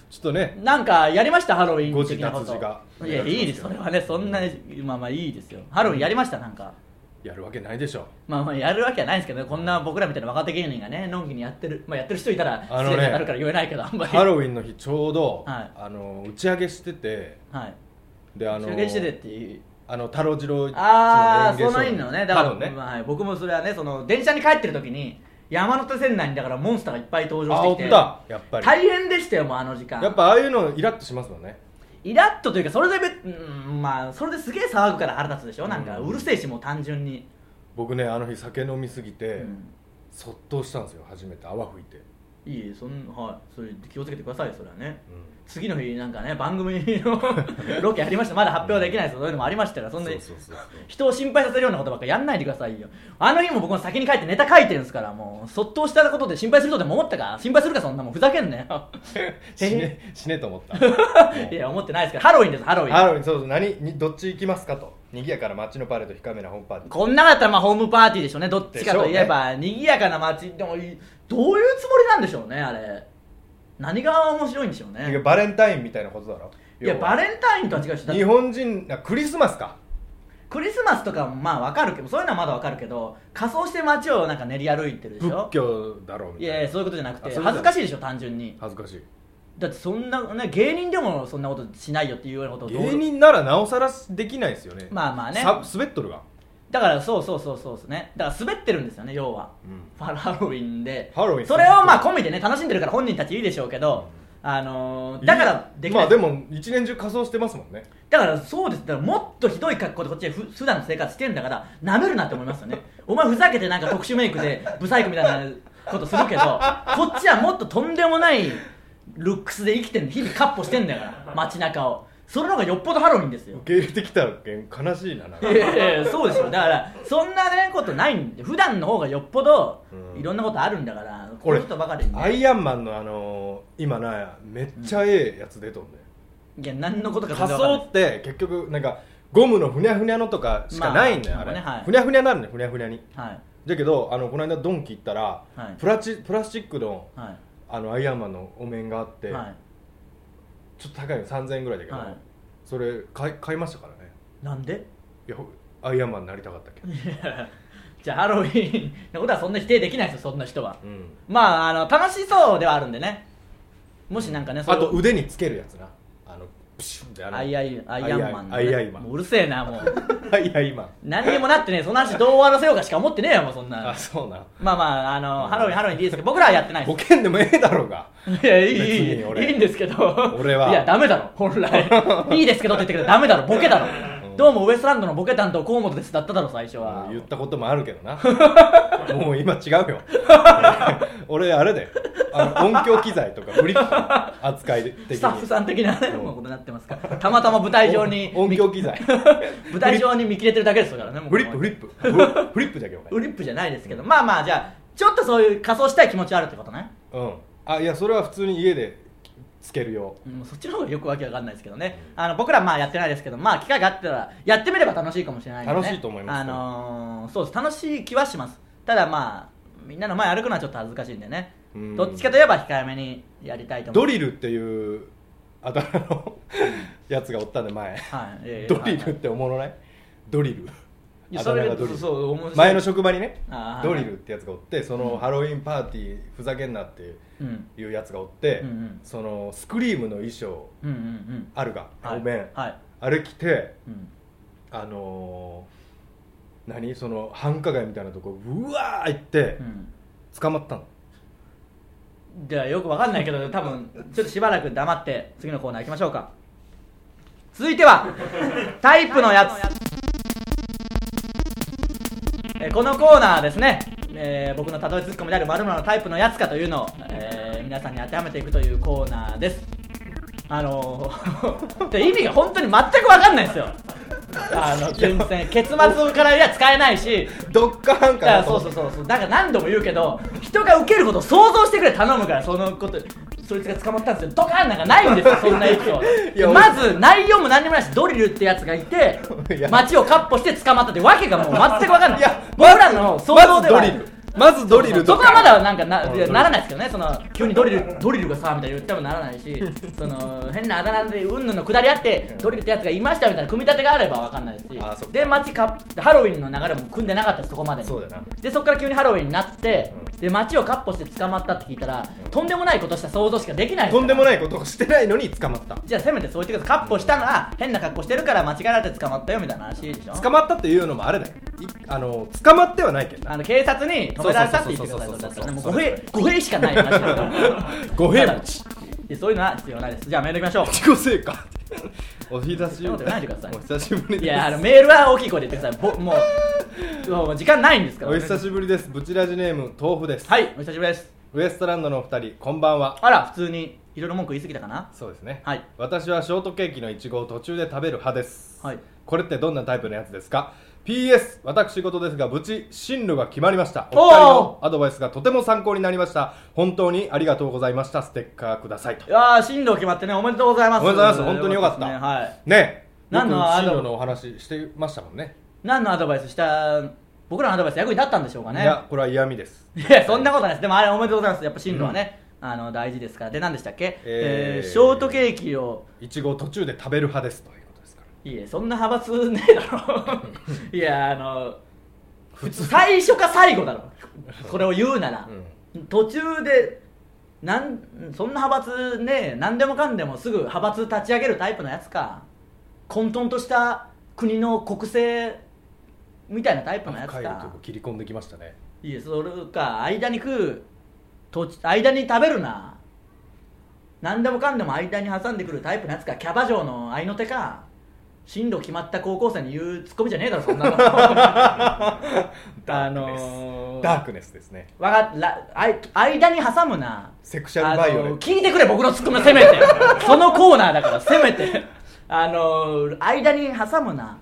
[SPEAKER 2] ちょっとね
[SPEAKER 1] なんかやりましたハロウィン的なこ
[SPEAKER 2] ゴジラ
[SPEAKER 1] と
[SPEAKER 2] 辻が
[SPEAKER 1] いやいいですそれはねそんなにまあまあいいですよハロウィンやりましたなんか
[SPEAKER 2] やるわけないでしょ
[SPEAKER 1] まあまあやるわけはないんですけどねこんな僕らみたいな若手芸人がねのんきにやってるまあやってる人いたら
[SPEAKER 2] あの
[SPEAKER 1] 失礼
[SPEAKER 2] ね
[SPEAKER 1] に当たるから言えないけどあんまり
[SPEAKER 2] ハロ
[SPEAKER 1] ウ
[SPEAKER 2] ウィンの日ちょうど、
[SPEAKER 1] はい
[SPEAKER 2] あの打ち上げしてて
[SPEAKER 1] ィンはい
[SPEAKER 2] であ
[SPEAKER 1] 中
[SPEAKER 2] の
[SPEAKER 1] 継しててっていう
[SPEAKER 2] あの太郎次郎
[SPEAKER 1] ああ
[SPEAKER 2] 園芸
[SPEAKER 1] そ
[SPEAKER 2] 商
[SPEAKER 1] の
[SPEAKER 2] 人
[SPEAKER 1] 意味のねだから、
[SPEAKER 2] 太郎ね
[SPEAKER 1] まあはい、僕もそれはねその電車に帰ってる時に山手線内にだからモンスターがいっぱい登場
[SPEAKER 2] あお
[SPEAKER 1] し
[SPEAKER 2] って
[SPEAKER 1] きて
[SPEAKER 2] たやっぱり
[SPEAKER 1] 大変でしたよもうあの時間
[SPEAKER 2] やっぱああいうのイラッとしますもんね
[SPEAKER 1] イラッとというかそれでべ、うん、まあそれですげえ騒ぐから腹立つでしょなんか
[SPEAKER 2] うん
[SPEAKER 1] うるせえしもう単純に、
[SPEAKER 2] 僕ねあの日酒飲みすぎて、
[SPEAKER 1] うん
[SPEAKER 2] そっとしたんですよ初めて泡吹いて、
[SPEAKER 1] いいえそんはいそれ気をつけてくださいよそれはね
[SPEAKER 2] うん
[SPEAKER 1] 次の日なんかね番組の ロケありましたまだ発表はできないですよそういうのもありましたからそんな
[SPEAKER 2] うそう そうそう
[SPEAKER 1] 人を心配させるようなことばっかやんないでくださいよあの日も僕も先に書いてネタ書いてるんですからもうそっとしたことで心配するとでも思ったか心配するかそんなもんふざけんなよ
[SPEAKER 2] 死ね死ねと思った
[SPEAKER 1] いや思ってないですけどハロウィンですハロウィン
[SPEAKER 2] ハロウィンそうそう何にどっち行きますかと賑やかな街のパレード日カメラ本パーティー
[SPEAKER 1] こんなだったらまあホームパーティーでしょうねどっちかといえば、賑やかな街でもいいどういうつもりなんでしょうねあれ何が面白いんでしょう
[SPEAKER 2] いや
[SPEAKER 1] ね
[SPEAKER 2] バレンタインみたいなことだろ
[SPEAKER 1] いや
[SPEAKER 2] 要
[SPEAKER 1] バ
[SPEAKER 2] は
[SPEAKER 1] レンタインとは違うしだっ
[SPEAKER 2] 日
[SPEAKER 1] て
[SPEAKER 2] 本人あクリスマスか
[SPEAKER 1] クリスマスとかもまあわかるけどそういうのはまだわかるけど仮装して街をなんか練り歩いてるでし
[SPEAKER 2] 仏
[SPEAKER 1] ょ
[SPEAKER 2] 教だろうみ
[SPEAKER 1] い
[SPEAKER 2] たいな
[SPEAKER 1] やいやそういうことじゃなく
[SPEAKER 2] あ
[SPEAKER 1] て
[SPEAKER 2] そういうこと
[SPEAKER 1] 恥ずかしいでしょ単純に
[SPEAKER 2] 恥ずかしい
[SPEAKER 1] だってそんな、ね、芸人でもそんなことしないよっていうようなことをどう
[SPEAKER 2] 芸人ならなおさらできないですよね
[SPEAKER 1] まあまあね
[SPEAKER 2] さ滑っとるが、
[SPEAKER 1] だからそうそうそうそうですねだから滑ってるんですよね要はハロウィンで
[SPEAKER 2] ハロウィン
[SPEAKER 1] それをまあ込みでね楽しんでるから本人たちいいでしょうけど、あのーだからできない
[SPEAKER 2] まあでも一年中仮装してますもんね
[SPEAKER 1] だからそうですだからもっとひどい格好でこっちでふ普段の生活してんだからなめるなって思いますよねお前ふざけてなんか特殊メイクでブサイクみたいなことするけどこっちはもっととんでもないルックスで生きてん日々カッポしてんだから街中をそれの方がよっぽどハロウィンですよ
[SPEAKER 2] 受け入れてきたけん悲しいななん
[SPEAKER 1] い
[SPEAKER 2] か
[SPEAKER 1] やいやいやそうですよだからそんなねことないんで普段の方がよっぽど
[SPEAKER 2] うん
[SPEAKER 1] いろんなことあるんだから、こ
[SPEAKER 2] こ
[SPEAKER 1] うい
[SPEAKER 2] れ
[SPEAKER 1] うことばかりに
[SPEAKER 2] ア
[SPEAKER 1] ね
[SPEAKER 2] イアンマンのあのー今なめっちゃええやつ出とんね、
[SPEAKER 1] いや何のことか全然
[SPEAKER 2] 仮
[SPEAKER 1] わかん
[SPEAKER 2] 装
[SPEAKER 1] ない
[SPEAKER 2] って結局なんかゴムのふにゃふにゃのとかしかないんだよ、
[SPEAKER 1] まあ
[SPEAKER 2] あれ、
[SPEAKER 1] なんかねはい
[SPEAKER 2] ふにゃふにゃなるねふにゃふにゃに
[SPEAKER 1] はい
[SPEAKER 2] だけどあのこの間ドンキ行ったら、
[SPEAKER 1] はい
[SPEAKER 2] プラチプラスチックの
[SPEAKER 1] はい
[SPEAKER 2] あのアイアンマンのお面があって、
[SPEAKER 1] はい
[SPEAKER 2] ちょっと高いの3000円ぐらいだけど、
[SPEAKER 1] はい
[SPEAKER 2] それ買い買いましたからね
[SPEAKER 1] なんで
[SPEAKER 2] いやほアイアンマンになりたかったけど、
[SPEAKER 1] いや じゃあハロウィンのことはそんな否定できないですよそんな人は
[SPEAKER 2] うん、
[SPEAKER 1] まああの楽しそうではあるんでねもしなんかねそ
[SPEAKER 2] あ
[SPEAKER 1] れを
[SPEAKER 2] と腕につけるやつなあのプシュンってあの
[SPEAKER 1] アイアイアイアンマンの
[SPEAKER 2] ア
[SPEAKER 1] ね
[SPEAKER 2] イアイマン
[SPEAKER 1] もううるせえなもう
[SPEAKER 2] アイアイマン
[SPEAKER 1] 何にもなってねえその話どう終わらせようかしか思ってねえよもうそんな
[SPEAKER 2] あそうな
[SPEAKER 1] まあまああのハロウィンハロウィンでいいですけど僕らはやってないです
[SPEAKER 2] ボケんでもええだろうが
[SPEAKER 1] いや、いい、いい、い
[SPEAKER 2] 別に俺
[SPEAKER 1] いんですけど。
[SPEAKER 2] 俺はい
[SPEAKER 1] や、ダメだろ、本 来。いいですけどって言ってくれダメだろ、ボケだろ。
[SPEAKER 2] うん
[SPEAKER 1] どうもウエストランドのボケ担当河本ですだっただろ、最初は。
[SPEAKER 2] 言ったこともあるけどなもう今違う よ俺あれだよあの音響機材とか売り機扱い的に
[SPEAKER 1] スタッフさん的なね
[SPEAKER 2] うん
[SPEAKER 1] もうことになってますから。たまたま舞台上に、
[SPEAKER 2] 音音響機材
[SPEAKER 1] 舞台上に見切れてるだけです からね、もう
[SPEAKER 2] フリップフリップフリップフリップだけお前
[SPEAKER 1] フリップじゃないですけど、まあまあ、じゃあ、ちょっとそういう仮装したい気持ちはあるってことね。
[SPEAKER 2] うんあいやそれは普通に家でつけるよ
[SPEAKER 1] うんそっちの方がよくわけわかんないですけどね、あの僕らまあやってないですけど、まあ、機会があったらやってみれば楽しいかもしれないんで、ね、
[SPEAKER 2] 楽しいと思います
[SPEAKER 1] あのーそうです楽しい気はしますただまあみんなの前歩くのはちょっと恥ずかしいんでね
[SPEAKER 2] うん
[SPEAKER 1] どっちかといえば控えめにやりたいと思
[SPEAKER 2] ド
[SPEAKER 1] い
[SPEAKER 2] リルっていうあだ名のやつがおったんで前
[SPEAKER 1] ますはいいやいや
[SPEAKER 2] ドリル
[SPEAKER 1] は
[SPEAKER 2] っ
[SPEAKER 1] い
[SPEAKER 2] ておもろないドリル
[SPEAKER 1] いや
[SPEAKER 2] あだ名が
[SPEAKER 1] それ
[SPEAKER 2] ドリル
[SPEAKER 1] そう面白い
[SPEAKER 2] 前の職場にね
[SPEAKER 1] あー
[SPEAKER 2] ドリルってやつがおってそのハロウィンパーティーふざけんなって
[SPEAKER 1] うん
[SPEAKER 2] いうやつがおって
[SPEAKER 1] うんうん
[SPEAKER 2] そのスクリームの衣装
[SPEAKER 1] うんうんうん
[SPEAKER 2] あるが
[SPEAKER 1] はい
[SPEAKER 2] お面
[SPEAKER 1] はい、
[SPEAKER 2] あれ着て
[SPEAKER 1] うん、
[SPEAKER 2] あのー何その繁華街みたいなとこうわー行って
[SPEAKER 1] う
[SPEAKER 2] 捕まったの
[SPEAKER 1] ん、ではよくわかんないけど多分ちょっとしばらく黙って次のコーナー行きましょうか続いてはタイプのやつえーこのコーナーはですね、えー僕の例えツッコミである〇〇のタイプのやつかというのを、えー皆さんに当てはめていくというコーナーですあのー で意味が本当に全く分かんないんですよあの全然結末からいや使えないし
[SPEAKER 2] どっかん
[SPEAKER 1] だか
[SPEAKER 2] からな
[SPEAKER 1] そうそうそうそうだから何度も言うけど人が受けることを想像してくれ頼むからそのことそいつが捕まったんですよドカンなんかないんですよ そんなエピソ
[SPEAKER 2] い
[SPEAKER 1] ー
[SPEAKER 2] や
[SPEAKER 1] ド
[SPEAKER 2] 俺
[SPEAKER 1] まず内容も何にもないしドリルってやつがいて
[SPEAKER 2] いや
[SPEAKER 1] 街をカッポして捕まったってわけがもう全く分かんない
[SPEAKER 2] いや
[SPEAKER 1] 僕らの想像では
[SPEAKER 2] まずドリルまずドリル
[SPEAKER 1] そ
[SPEAKER 2] と
[SPEAKER 1] こはま
[SPEAKER 2] か
[SPEAKER 1] だなんかな
[SPEAKER 2] うん
[SPEAKER 1] ならないですけどねその急にドリルドリルがさみたいに言ってもならないしその変なあだ名でうんぬんのくだりあってドリルってやつがいましたみたいな組み立てがあればわかんないし
[SPEAKER 2] あそっか
[SPEAKER 1] で街かハロウィンの流れも組んでなかったですそこまでに
[SPEAKER 2] そうだな
[SPEAKER 1] でそこから急にハロウィンになって、で街をカッポして捕まったって聞いたら、とんでもないことした想像しかできない
[SPEAKER 2] とんでも
[SPEAKER 1] い
[SPEAKER 2] ないことをしてないのに捕まった
[SPEAKER 1] じゃあせめてそう言ってくださいカッポしたのは変な格好してるから間違えられて捕まったよみたいな話でしょ
[SPEAKER 2] 捕まったっていうのもあれだよいあの捕まってはないけどな
[SPEAKER 1] あの警察に止められたって言ってください
[SPEAKER 2] そうそ
[SPEAKER 1] それだ
[SPEAKER 2] うそうそう
[SPEAKER 1] ったらねもう語弊語弊しかない話だから
[SPEAKER 2] 語弊持
[SPEAKER 1] いやそういうのは必要ないですじゃあメールいきましょ
[SPEAKER 2] 自己成果お久し
[SPEAKER 1] そんな
[SPEAKER 2] ぶ
[SPEAKER 1] こと
[SPEAKER 2] り
[SPEAKER 1] ないでください
[SPEAKER 2] お久しぶり
[SPEAKER 1] う
[SPEAKER 2] です
[SPEAKER 1] いやあのメールは大きい声で言ってくださいぼもうもう時間ないんですから
[SPEAKER 2] お久しぶりですブチラジネーム豆腐です、
[SPEAKER 1] はいお久しぶりです
[SPEAKER 2] ウエストランドのお二人こんばんは
[SPEAKER 1] あら普通にいろいろ文句言い過ぎたかな
[SPEAKER 2] そうですね、
[SPEAKER 1] はい
[SPEAKER 2] 私はショートケーキのいちごを途中で食べる派です、
[SPEAKER 1] はい
[SPEAKER 2] これってどんなタイプのやつですか PS 私事ですが無事進路が決まりましたお
[SPEAKER 1] おー
[SPEAKER 2] 二人のアドバイスがとても参考になりました本当にありがとうございましたステッカーくださいと
[SPEAKER 1] いやー進路決まってねおめでとうございます
[SPEAKER 2] おめでとうございます本当によかった
[SPEAKER 1] ですねはい
[SPEAKER 2] ねえ
[SPEAKER 1] 何の
[SPEAKER 2] よく
[SPEAKER 1] アド
[SPEAKER 2] 進路のお話してましたもんね
[SPEAKER 1] 何のアドバイスした僕らのアドバイス役に立ったんでしょうかね
[SPEAKER 2] いやこれは嫌味です
[SPEAKER 1] いや、そんなことないです。でもあれおめでとうございます。やっぱ進路はね、あの大事ですから。で、何でしたっけ、え
[SPEAKER 2] えー
[SPEAKER 1] ーショートケーキを、
[SPEAKER 2] いちごを途中で食べる派ですということですから
[SPEAKER 1] いや、そんな派閥ねえだ ろ。いや、あの、普通、最初か最後だろ。これを言うなら。途中で、なんそんな派閥ねえ、何でもかんでもすぐ派閥立ち上げるタイプのやつか。混沌とした国の国政みたいなタイプのやつ
[SPEAKER 2] 深いと
[SPEAKER 1] か
[SPEAKER 2] こ。切り込んできましたね
[SPEAKER 1] いやそれか間に食うと間に食べるな何でもかんでも間に挟んでくるタイプのやつかキャバ嬢の合いの手か進路決まった高校生に言うツッコミじゃねえだろそんな のあのー、
[SPEAKER 2] ダークネスですね
[SPEAKER 1] わかっらあい間に挟むな
[SPEAKER 2] セクシャルバイオ
[SPEAKER 1] あ
[SPEAKER 2] レ
[SPEAKER 1] の
[SPEAKER 2] ンス
[SPEAKER 1] 聞いてくれ僕のツッコミはせめてそのコーナーだからせめてあの間に挟むな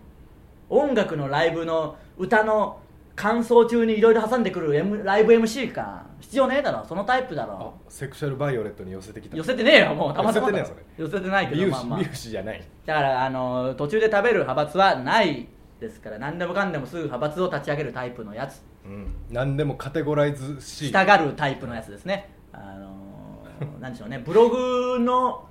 [SPEAKER 1] 音楽のライブの歌の感想中にいろいろ挟んでくる、M、ライブ MC か必要ねえだろそのタイプだ
[SPEAKER 2] あ
[SPEAKER 1] ろ
[SPEAKER 2] セクシャルバイオレットに寄せてきた
[SPEAKER 1] 寄せてねえよもうたまたまだ
[SPEAKER 2] 寄せてね
[SPEAKER 1] 寄せてないけ
[SPEAKER 2] 美
[SPEAKER 1] ど
[SPEAKER 2] 容
[SPEAKER 1] まあ
[SPEAKER 2] 師
[SPEAKER 1] まあ
[SPEAKER 2] 美容師じゃない
[SPEAKER 1] だからあの途中で食べる派閥はないですから何でもかんでもすぐ派閥を立ち上げるタイプのやつ
[SPEAKER 2] うん何でもカテゴライズし
[SPEAKER 1] したがるタイプのやつですね、あの ー、なんでしょうね、ブログの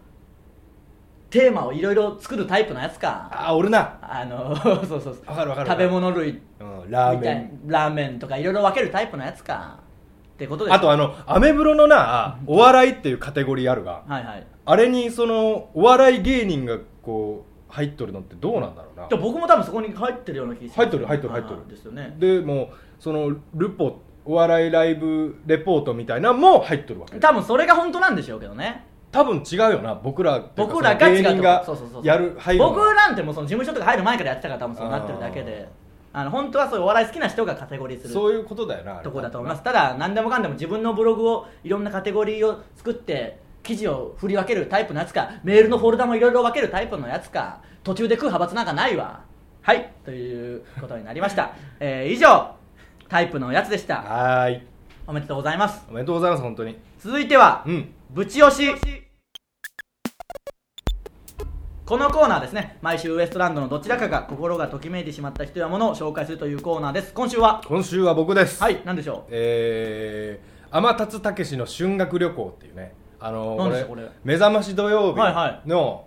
[SPEAKER 1] テーマをいろいろ作るタイプのやつか、
[SPEAKER 2] あ俺な
[SPEAKER 1] あの ーそうそうそう
[SPEAKER 2] わかるわかる
[SPEAKER 1] 食べ物類み
[SPEAKER 2] うん
[SPEAKER 1] た
[SPEAKER 2] ラ
[SPEAKER 1] い
[SPEAKER 2] ーメ
[SPEAKER 1] な
[SPEAKER 2] ン
[SPEAKER 1] ラーメンとかいろいろ分けるタイプのやつかってことです
[SPEAKER 2] あとあのアメブロのなお笑いっていうカテゴリーあるが
[SPEAKER 1] はいはい
[SPEAKER 2] あれにそのお笑い芸人がこう入っとるのってどうなんだろうな
[SPEAKER 1] でも僕も多分そこに入ってるような気がします
[SPEAKER 2] 入っとる入っとる入っとる
[SPEAKER 1] あーですよね
[SPEAKER 2] でもそのルポお笑いライブレポートみたいなのも入っとるわけ
[SPEAKER 1] 多分それが本当なんでしょうけどね
[SPEAKER 2] 多分違うよな僕らっていうか
[SPEAKER 1] 僕らが違う
[SPEAKER 2] その芸人が
[SPEAKER 1] そうそうそう
[SPEAKER 2] やる入るの
[SPEAKER 1] 僕なんてもうその事務所とか入る前からやってたから多分そうなってるだけであの本当はそういうお笑い好きな人がカテゴリーする
[SPEAKER 2] そういうことだよなあれ
[SPEAKER 1] とこだと思いますただ何でもかんでも自分のブログをいろんなカテゴリーを作って記事を振り分けるタイプのやつかメールのフォルダもいろいろ分けるタイプのやつか途中で食う派閥なんかないわはいということになりました、 えー以上タイプのやつでした
[SPEAKER 2] はーい
[SPEAKER 1] おめでとうございます
[SPEAKER 2] おめでとうございます本当に
[SPEAKER 1] 続いては
[SPEAKER 2] うん
[SPEAKER 1] ぶち押しこのコーナーですね毎週ウエストランドのどちらかが心がときめいてしまった人やものを紹介するというコーナーです今週は
[SPEAKER 2] 今週は僕です
[SPEAKER 1] はい何でしょう
[SPEAKER 2] えー、天達武の修学旅行っていうねあの
[SPEAKER 1] 何で
[SPEAKER 2] こ
[SPEAKER 1] し
[SPEAKER 2] れ
[SPEAKER 1] ょうこれ
[SPEAKER 2] 目覚まし土曜日の,、
[SPEAKER 1] はいは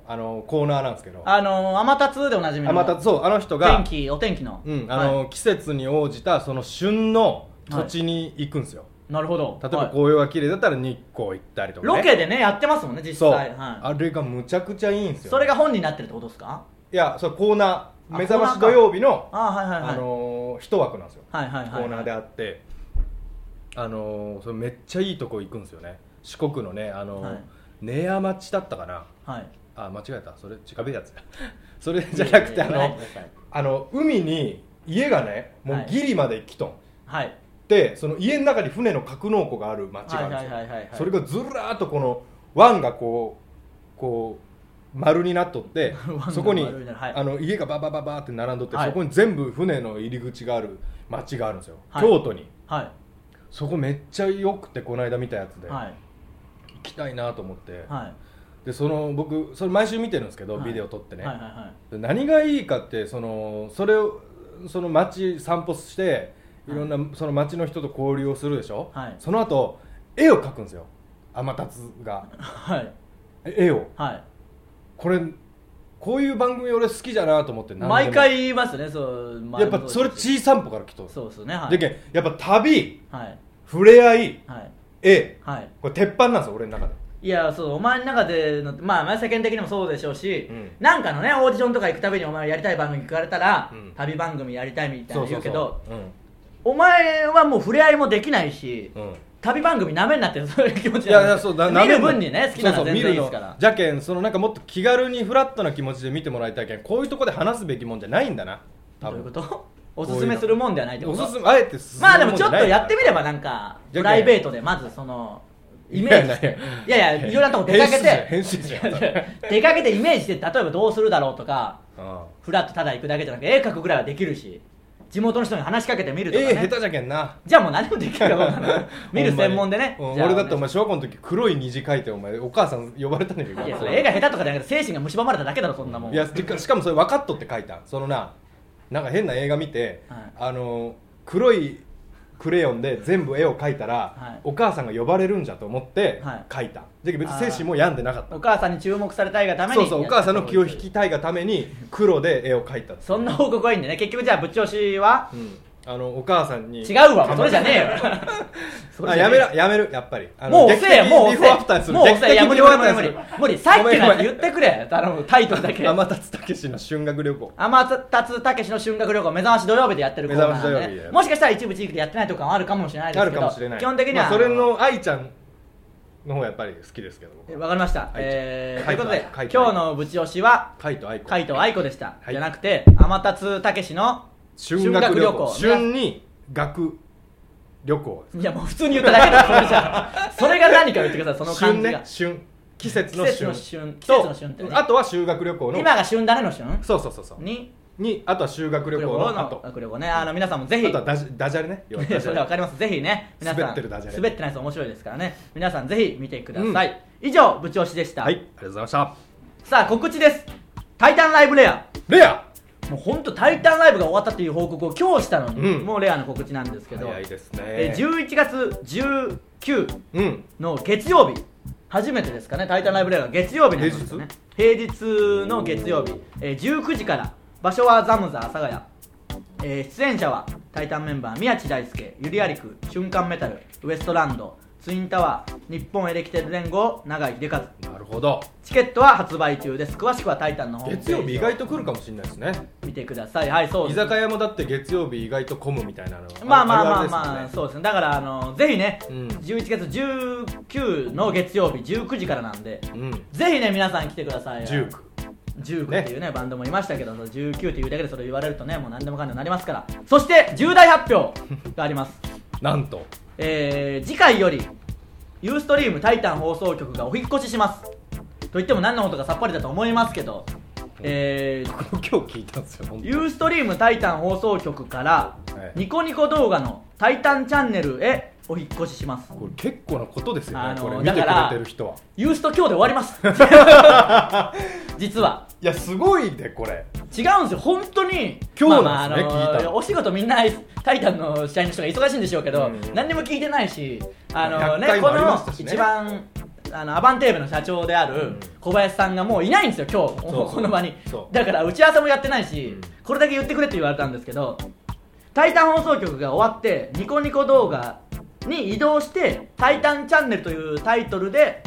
[SPEAKER 2] あのコーナーなんですけど
[SPEAKER 1] あのー、アマタツでおなじみの
[SPEAKER 2] 天達そうあの人が
[SPEAKER 1] 天、気お天気の、
[SPEAKER 2] うんあの
[SPEAKER 1] はい
[SPEAKER 2] 季節に応じたその旬の土地に行くんですよ、
[SPEAKER 1] なるほど
[SPEAKER 2] 例えば
[SPEAKER 1] はい
[SPEAKER 2] 紅葉が綺麗だったら日光行ったりとか、ね、
[SPEAKER 1] ロケでねやってますもんね実
[SPEAKER 2] そう、
[SPEAKER 1] 際は
[SPEAKER 2] あれがむちゃくちゃいいんです
[SPEAKER 1] い、
[SPEAKER 2] よ
[SPEAKER 1] それが本になってるってことですか
[SPEAKER 2] いやそれコーナー
[SPEAKER 1] あ
[SPEAKER 2] 目覚
[SPEAKER 1] コーナ
[SPEAKER 2] ま
[SPEAKER 1] ー
[SPEAKER 2] し
[SPEAKER 1] か
[SPEAKER 2] 土曜日の
[SPEAKER 1] あはいはいはい、
[SPEAKER 2] あのー一枠なんですよ、
[SPEAKER 1] はいはいはいはい
[SPEAKER 2] コーナーであって、あのーそれめっちゃいいとこ行くんですよね四国のね、あのー
[SPEAKER 1] はい
[SPEAKER 2] 根屋町だったかな
[SPEAKER 1] はい
[SPEAKER 2] あ間違えたそれ近べえやつ それじゃなくて
[SPEAKER 1] いや
[SPEAKER 2] あ
[SPEAKER 1] いやいや
[SPEAKER 2] のあの海に家がねも
[SPEAKER 1] はいう
[SPEAKER 2] ギリまで来とん、
[SPEAKER 1] はい
[SPEAKER 2] でその家の中に船の格納庫がある町があるんですよ、
[SPEAKER 1] はいはいはいはいはい
[SPEAKER 2] それがずらーっとこの湾がこうこう丸になっとって
[SPEAKER 1] 湾が
[SPEAKER 2] そこに、
[SPEAKER 1] 丸になるはい
[SPEAKER 2] あの家がババババーって並んどって、
[SPEAKER 1] はい
[SPEAKER 2] そこに全部船の入り口がある町があるんですよ、
[SPEAKER 1] はい
[SPEAKER 2] 京都に
[SPEAKER 1] は
[SPEAKER 2] そこめっちゃ良くてこの間見たやつ
[SPEAKER 1] い
[SPEAKER 2] で、
[SPEAKER 1] はい
[SPEAKER 2] 行きたいなと思って、
[SPEAKER 1] はい
[SPEAKER 2] でその僕それ毎週見てるんですけど、
[SPEAKER 1] はい
[SPEAKER 2] ビデオ撮ってね、
[SPEAKER 1] はいはいはい
[SPEAKER 2] 何がいいかってそのそれをその街散歩していろんなその町の人と交流をするでしょ、
[SPEAKER 1] はい
[SPEAKER 2] その後絵を描くんですよ天達が
[SPEAKER 1] はい
[SPEAKER 2] 絵を
[SPEAKER 1] はい
[SPEAKER 2] これこういう番組俺好きじゃなと思って何でも
[SPEAKER 1] 毎回言いますねそう、まあ
[SPEAKER 2] やっぱそれちいさんぽから来とる
[SPEAKER 1] そうですねはい
[SPEAKER 2] でけんやっぱ旅
[SPEAKER 1] はい
[SPEAKER 2] 触れ合い
[SPEAKER 1] はい
[SPEAKER 2] 絵
[SPEAKER 1] はい
[SPEAKER 2] これ鉄板なんですよ俺の中で
[SPEAKER 1] いやそうお前の中でのまあまあ世間的にもそうでしょうし、
[SPEAKER 2] うん
[SPEAKER 1] なんかのねオーディションとか行くたびにお前やりたい番組聞かれたら、
[SPEAKER 2] うん
[SPEAKER 1] 旅番組やりたいみたいなの言うけど
[SPEAKER 2] う
[SPEAKER 1] お前はもう触れ合いもできないし、
[SPEAKER 2] んうん
[SPEAKER 1] 旅番組なめになってるそういう気持ち
[SPEAKER 2] いやいやそうだな
[SPEAKER 1] 見る分にね好きな
[SPEAKER 2] そ
[SPEAKER 1] の
[SPEAKER 2] うそ
[SPEAKER 1] 全
[SPEAKER 2] う見
[SPEAKER 1] 然
[SPEAKER 2] る
[SPEAKER 1] いいで
[SPEAKER 2] の
[SPEAKER 1] すから
[SPEAKER 2] じゃけんそのなんかもっと気軽にフラットな気持ちで見てもらいたいけんこういうとこで話すべきもんじゃないんだな多
[SPEAKER 1] どういう
[SPEAKER 2] 分
[SPEAKER 1] こと おすすめするもんではないってこ
[SPEAKER 2] お
[SPEAKER 1] と
[SPEAKER 2] すすめあえて進
[SPEAKER 1] まあでもちょっとやってみればなんかプ
[SPEAKER 2] じゃけん
[SPEAKER 1] ライベートでまずそのイメージい
[SPEAKER 2] いや
[SPEAKER 1] やいやいろんなとこ出かけて
[SPEAKER 2] 編集者編集者や
[SPEAKER 1] 出かけてイメージして例えばどうするだろうとか
[SPEAKER 2] うん
[SPEAKER 1] フラッとただ行くだけじゃなくて絵描くぐらいはできるし地元の人に話しかけてみるとか
[SPEAKER 2] 絵下
[SPEAKER 1] ね
[SPEAKER 2] 手じゃけんな
[SPEAKER 1] じゃあもう何もできるか 分かんない見る専門でね
[SPEAKER 2] ほん
[SPEAKER 1] じ
[SPEAKER 2] まにう
[SPEAKER 1] ゃ
[SPEAKER 2] ん
[SPEAKER 1] あ
[SPEAKER 2] 俺だってお前小学校の時黒い虹描いてお前お母さん呼ばれたんだけど
[SPEAKER 1] いやそれ絵が下手とかじゃなくて精神が蝕まれただけだろそんなもん
[SPEAKER 2] いやしかしかもそれ分かっとって書いたそのななんか変な映画見て、
[SPEAKER 1] はい
[SPEAKER 2] あの黒いクレヨンで全部絵を描いたら、
[SPEAKER 1] はい
[SPEAKER 2] お母さんが呼ばれるんじゃと思って
[SPEAKER 1] はい
[SPEAKER 2] 描いた、じゃけど別に精神も病んでなかった
[SPEAKER 1] お母さんに注目されたいがために
[SPEAKER 2] そうそうお母さんの気を引きたいがために黒で絵を描いた
[SPEAKER 1] そんな報告はいいんでね結局じゃあぶっち押しは
[SPEAKER 2] うんあのお母さんに
[SPEAKER 1] 違うわそれじゃねえよ それ
[SPEAKER 2] あ
[SPEAKER 1] じゃ
[SPEAKER 2] や
[SPEAKER 1] ね
[SPEAKER 2] め
[SPEAKER 1] えよ
[SPEAKER 2] ろやめろやっぱりあの
[SPEAKER 1] もう遅えよ
[SPEAKER 2] 劇的
[SPEAKER 1] もう遅え
[SPEAKER 2] ビフォーアフターにする
[SPEAKER 1] もう遅えいや無理無理無理無理無理さっきのやつ言
[SPEAKER 2] っ
[SPEAKER 1] ってくれ頼むタイトルだけ
[SPEAKER 2] 天達武の春学旅行
[SPEAKER 1] 天達たけしの春学旅行目覚まし土曜日でやってるコーナー
[SPEAKER 2] 目覚ま
[SPEAKER 1] なん
[SPEAKER 2] し土曜
[SPEAKER 1] で
[SPEAKER 2] 日
[SPEAKER 1] ね
[SPEAKER 2] で
[SPEAKER 1] もしかしたら一部地域でやってないとこもあるかもしれないで
[SPEAKER 2] あ
[SPEAKER 1] す
[SPEAKER 2] る
[SPEAKER 1] けど
[SPEAKER 2] かもしれない
[SPEAKER 1] 基本的には、
[SPEAKER 2] まあそれの愛ちゃんの方がやっぱり好きですけど僕
[SPEAKER 1] え
[SPEAKER 2] は
[SPEAKER 1] わかりました、
[SPEAKER 2] はい
[SPEAKER 1] えー、と
[SPEAKER 2] は
[SPEAKER 1] いう
[SPEAKER 2] い
[SPEAKER 1] ことで
[SPEAKER 2] はいはい
[SPEAKER 1] 今日のぶち押しは
[SPEAKER 2] 海と愛子
[SPEAKER 1] 海藤愛子でした、
[SPEAKER 2] はい
[SPEAKER 1] じゃなくて天達たけしの
[SPEAKER 2] 春学旅行
[SPEAKER 1] 春
[SPEAKER 2] 春に学旅行
[SPEAKER 1] いやもう普通に言っただ けだそれじゃそれが何か言ってくださいその
[SPEAKER 2] 春
[SPEAKER 1] 感じが
[SPEAKER 2] ね、春季節の
[SPEAKER 1] 季節
[SPEAKER 2] 春
[SPEAKER 1] の旬季節
[SPEAKER 2] と
[SPEAKER 1] の旬ってね
[SPEAKER 2] あとは修学旅行の
[SPEAKER 1] 今が旬だねの旬
[SPEAKER 2] そうそうそうそう
[SPEAKER 1] に
[SPEAKER 2] にあとは修学旅行の後あ
[SPEAKER 1] 学旅行ねあの皆さんもぜひ
[SPEAKER 2] とはダジダジャレね要はダ
[SPEAKER 1] そ
[SPEAKER 2] ジャ
[SPEAKER 1] れ
[SPEAKER 2] レ
[SPEAKER 1] は分かりますぜひね皆さん
[SPEAKER 2] 滑ってるダジャレ
[SPEAKER 1] 滑ってないと面白いですからね皆さんぜひ見てください、以上部長しでした、
[SPEAKER 2] はいありがとうございました
[SPEAKER 1] さあ告知です「タイタンライブレア」
[SPEAKER 2] レア
[SPEAKER 1] もう本当タイタンライブが終わったっていう報告を今日したのに、
[SPEAKER 2] うん
[SPEAKER 1] もうレアの告知なんですけど
[SPEAKER 2] 早いです
[SPEAKER 1] え
[SPEAKER 2] ね
[SPEAKER 1] 11月19
[SPEAKER 2] うん
[SPEAKER 1] の月曜日初めてですかね「タイタンライブレア」が月曜日になりますね平日の月曜日、えー19時から場所はザムザ阿佐ヶ谷、えー出演者は「タイタン」メンバー宮地大輔ゆりやりく瞬間メタルウエストランドツインタワー日本エレキテル連合永井秀和
[SPEAKER 2] なるほど
[SPEAKER 1] チケットは発売中です詳しくは「タイタン」のホームペー
[SPEAKER 2] 月
[SPEAKER 1] ジを
[SPEAKER 2] 曜日意外と来るかもしれないですね
[SPEAKER 1] 見てくださいはいそう
[SPEAKER 2] 居
[SPEAKER 1] です
[SPEAKER 2] 酒屋もだって月曜日意外と混むみたいなの
[SPEAKER 1] まあまあまあ
[SPEAKER 2] るるです
[SPEAKER 1] ま
[SPEAKER 2] よ
[SPEAKER 1] あ
[SPEAKER 2] ね
[SPEAKER 1] そうですねだからあのぜひね、
[SPEAKER 2] うん
[SPEAKER 1] 11月19の月曜日19時からなんで、
[SPEAKER 2] うん
[SPEAKER 1] ぜひね皆さん来てください
[SPEAKER 2] 19
[SPEAKER 1] 十九っていうねバンドもいましたけどその19っていうだけでそれ言われるとねもう何でもかんでもなりますからそして重大発表があります
[SPEAKER 2] なんと
[SPEAKER 1] えー、次回よりユーストリームタイタン放送局がお引っ越ししますと言っても何のことかさっぱりだと思いますけどえー、
[SPEAKER 2] 今日聞いたんですよ本当に
[SPEAKER 1] ユーストリームタイタン放送局から
[SPEAKER 2] はい
[SPEAKER 1] ニコニコ動画のタイタンチャンネルへお引っ越しします
[SPEAKER 2] これ結構なことですよね、
[SPEAKER 1] あのー
[SPEAKER 2] これ見てくれ
[SPEAKER 1] だから
[SPEAKER 2] てる人は
[SPEAKER 1] ユースト今日で終わります実はい
[SPEAKER 2] やすごいでこれ
[SPEAKER 1] 違うんですよ本当に
[SPEAKER 2] 今日なんですね
[SPEAKER 1] まあまああの
[SPEAKER 2] 聞いたの
[SPEAKER 1] お仕事みんなタイタンの試合の人が忙しいんでしょうけど、
[SPEAKER 2] うん
[SPEAKER 1] 何にも聞いてないしあ
[SPEAKER 2] ま
[SPEAKER 1] の
[SPEAKER 2] あ
[SPEAKER 1] ね
[SPEAKER 2] 100回も
[SPEAKER 1] こ
[SPEAKER 2] ありまし
[SPEAKER 1] の
[SPEAKER 2] たしね
[SPEAKER 1] 一番あのアバンテーブの社長である
[SPEAKER 2] ん
[SPEAKER 1] 小林さんがもういないんですよ今日
[SPEAKER 2] そうそう
[SPEAKER 1] この場に
[SPEAKER 2] そう
[SPEAKER 1] だから打ち合わせもやってないし、
[SPEAKER 2] うん
[SPEAKER 1] これだけ言ってくれって言われたんですけどタイタン放送局が終わってニコニコ動画に移動して「タイタンチャンネル」というタイトルで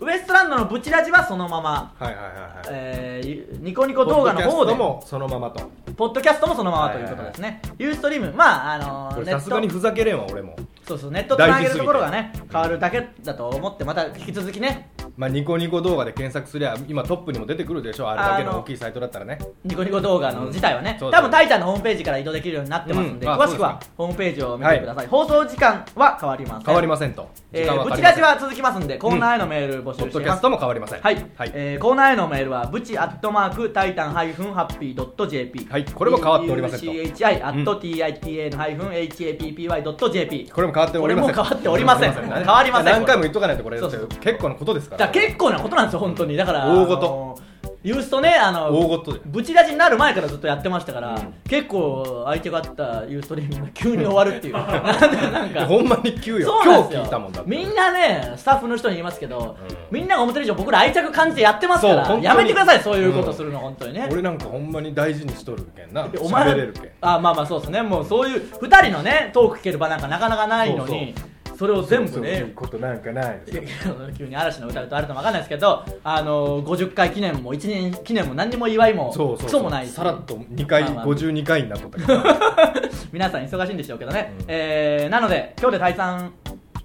[SPEAKER 1] ウエストランドのブチラジはそのまま、
[SPEAKER 2] はいはいはいはい
[SPEAKER 1] えーニコニコ動画の方で
[SPEAKER 2] ポッドキャストもそのままと
[SPEAKER 1] ポッドキャストもそのままということですね、ユーストリーム、まああの
[SPEAKER 2] これ
[SPEAKER 1] ネ
[SPEAKER 2] さ
[SPEAKER 1] ッ
[SPEAKER 2] すがに
[SPEAKER 1] ト
[SPEAKER 2] ふざけれんわ俺も
[SPEAKER 1] そうそうネットつなげ
[SPEAKER 2] 大事
[SPEAKER 1] る
[SPEAKER 2] すぎて
[SPEAKER 1] ところがね変わるだけだと思って、また引き続きね、
[SPEAKER 2] まあニコニコ動画で検索すりゃ今トップにも出てくるでしょあれだけ
[SPEAKER 1] あ
[SPEAKER 2] の
[SPEAKER 1] の
[SPEAKER 2] 大きいサイトだったらね
[SPEAKER 1] ニコニコ動画の自体はね、
[SPEAKER 2] そうそう
[SPEAKER 1] 多分タイタンのホームページから移動できるようになってますんで、
[SPEAKER 2] うんあ
[SPEAKER 1] 詳しく
[SPEAKER 2] そう
[SPEAKER 1] は
[SPEAKER 2] です
[SPEAKER 1] ホームページを見てください、放送時間は変わりません。
[SPEAKER 2] 変わり
[SPEAKER 1] ま
[SPEAKER 2] ませんと
[SPEAKER 1] え
[SPEAKER 2] 時間
[SPEAKER 1] ー、
[SPEAKER 2] は
[SPEAKER 1] ブチ
[SPEAKER 2] 変わ
[SPEAKER 1] ラ
[SPEAKER 2] り
[SPEAKER 1] ジ
[SPEAKER 2] ま
[SPEAKER 1] は続きますんで、コーナーへのメール募
[SPEAKER 2] せ
[SPEAKER 1] 集し
[SPEAKER 2] んポッ
[SPEAKER 1] て
[SPEAKER 2] ド
[SPEAKER 1] い
[SPEAKER 2] キャ
[SPEAKER 1] ま
[SPEAKER 2] ス
[SPEAKER 1] す。
[SPEAKER 2] トも変わりません
[SPEAKER 1] はい、えーコーナーへのメールは、ブチアットマークタイタンハイフンハッピードット JP。
[SPEAKER 2] はいこれも変わっておりませんと
[SPEAKER 1] CHI アット TITN ハイフン HAPPY ドット JP。
[SPEAKER 2] これも変わっておりません
[SPEAKER 1] これも変わっておりません変わりません
[SPEAKER 2] 何回も言っとかないとこれ
[SPEAKER 1] そうそう
[SPEAKER 2] 結構なことですか
[SPEAKER 1] だ
[SPEAKER 2] ら
[SPEAKER 1] から結構なことなんですよ本当にだから
[SPEAKER 2] 大事
[SPEAKER 1] あのユースとねあの
[SPEAKER 2] 大ごとじゃん
[SPEAKER 1] ブチラジになる前からずっとやってましたから、
[SPEAKER 2] うん
[SPEAKER 1] 結構相手があったユーストリーミングが急に終わるっていう なんでなんか
[SPEAKER 2] ほんまに急よ
[SPEAKER 1] そうな
[SPEAKER 2] 今
[SPEAKER 1] んです
[SPEAKER 2] 日
[SPEAKER 1] よ
[SPEAKER 2] 聞いたもんだって
[SPEAKER 1] みんなねスタッフの人に言いますけど、
[SPEAKER 2] うん
[SPEAKER 1] みんなが思ってる以上僕ら愛着感じてやってますか
[SPEAKER 2] そう本
[SPEAKER 1] ら
[SPEAKER 2] 当に
[SPEAKER 1] やめてくださいそういうことするの、本当にね
[SPEAKER 2] 俺なんかほんまに大事にしとるけんな
[SPEAKER 1] でお前
[SPEAKER 2] 喋れるけん
[SPEAKER 1] あまあまあそうですねもうそういう2人のねトーク聞ける場なんかなかなかないのにそれを全部
[SPEAKER 2] そうい
[SPEAKER 1] ね
[SPEAKER 2] うことなんかない
[SPEAKER 1] いや急に嵐の歌とあるとも分かんないですけど、あの50回記念も1年記念も何にも祝いも
[SPEAKER 2] そうそう
[SPEAKER 1] ク
[SPEAKER 2] そ
[SPEAKER 1] ソ
[SPEAKER 2] う
[SPEAKER 1] もないし
[SPEAKER 2] さらっと2回、
[SPEAKER 1] まあまあ
[SPEAKER 2] 52回になっとったから
[SPEAKER 1] 皆さん忙しいんでしょうけどね、
[SPEAKER 2] うん
[SPEAKER 1] えーなので今日で退散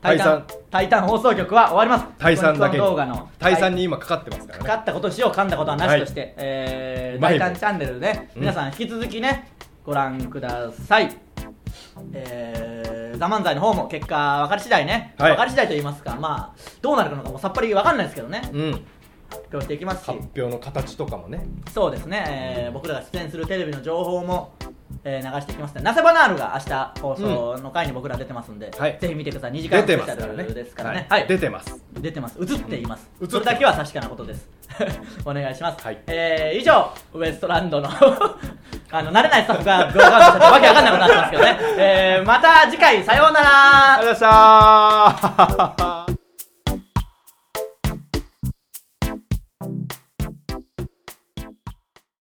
[SPEAKER 2] 退散
[SPEAKER 1] 退散放送局は終わります
[SPEAKER 2] 退散だけ
[SPEAKER 1] ニ
[SPEAKER 2] に
[SPEAKER 1] コニコ動画の
[SPEAKER 2] 退散に今かかってますから
[SPEAKER 1] か
[SPEAKER 2] ね
[SPEAKER 1] かったことしよう噛んだことはなしとして、えー、
[SPEAKER 2] うまい
[SPEAKER 1] 大
[SPEAKER 2] も
[SPEAKER 1] 胆
[SPEAKER 2] ん
[SPEAKER 1] チャンネルね、
[SPEAKER 2] うん
[SPEAKER 1] 皆さん引き続きねご覧くださいえー、ザ・漫才の方も結果分かり次第ね、
[SPEAKER 2] はい
[SPEAKER 1] 分かり次第と言いますかまあどうなるのかもさっぱり分かんないですけどね
[SPEAKER 2] うん
[SPEAKER 1] 発表していきますし
[SPEAKER 2] 発表の形とかもね
[SPEAKER 1] そうですね、えー僕らが出演するテレビの情報も、えー流していきますねナセバナールが明日放送の回に僕ら出てますんで、
[SPEAKER 2] はい
[SPEAKER 1] ぜひ見てください2時間
[SPEAKER 2] 出
[SPEAKER 1] ス
[SPEAKER 2] て
[SPEAKER 1] ペ
[SPEAKER 2] ます
[SPEAKER 1] シ
[SPEAKER 2] から
[SPEAKER 1] ャ
[SPEAKER 2] ね
[SPEAKER 1] ルですからね
[SPEAKER 2] は
[SPEAKER 1] はいい、
[SPEAKER 2] 出てます
[SPEAKER 1] 出てます映っています、
[SPEAKER 2] うん映ってます
[SPEAKER 1] それだけは確かなことです お願いします、
[SPEAKER 2] はい
[SPEAKER 1] えー以上ウエストランドの あの慣れないスタッフがブログアウトしちゃってわけわかんなくなってますけどね、えーまた次回さようなら
[SPEAKER 2] ありがとうございました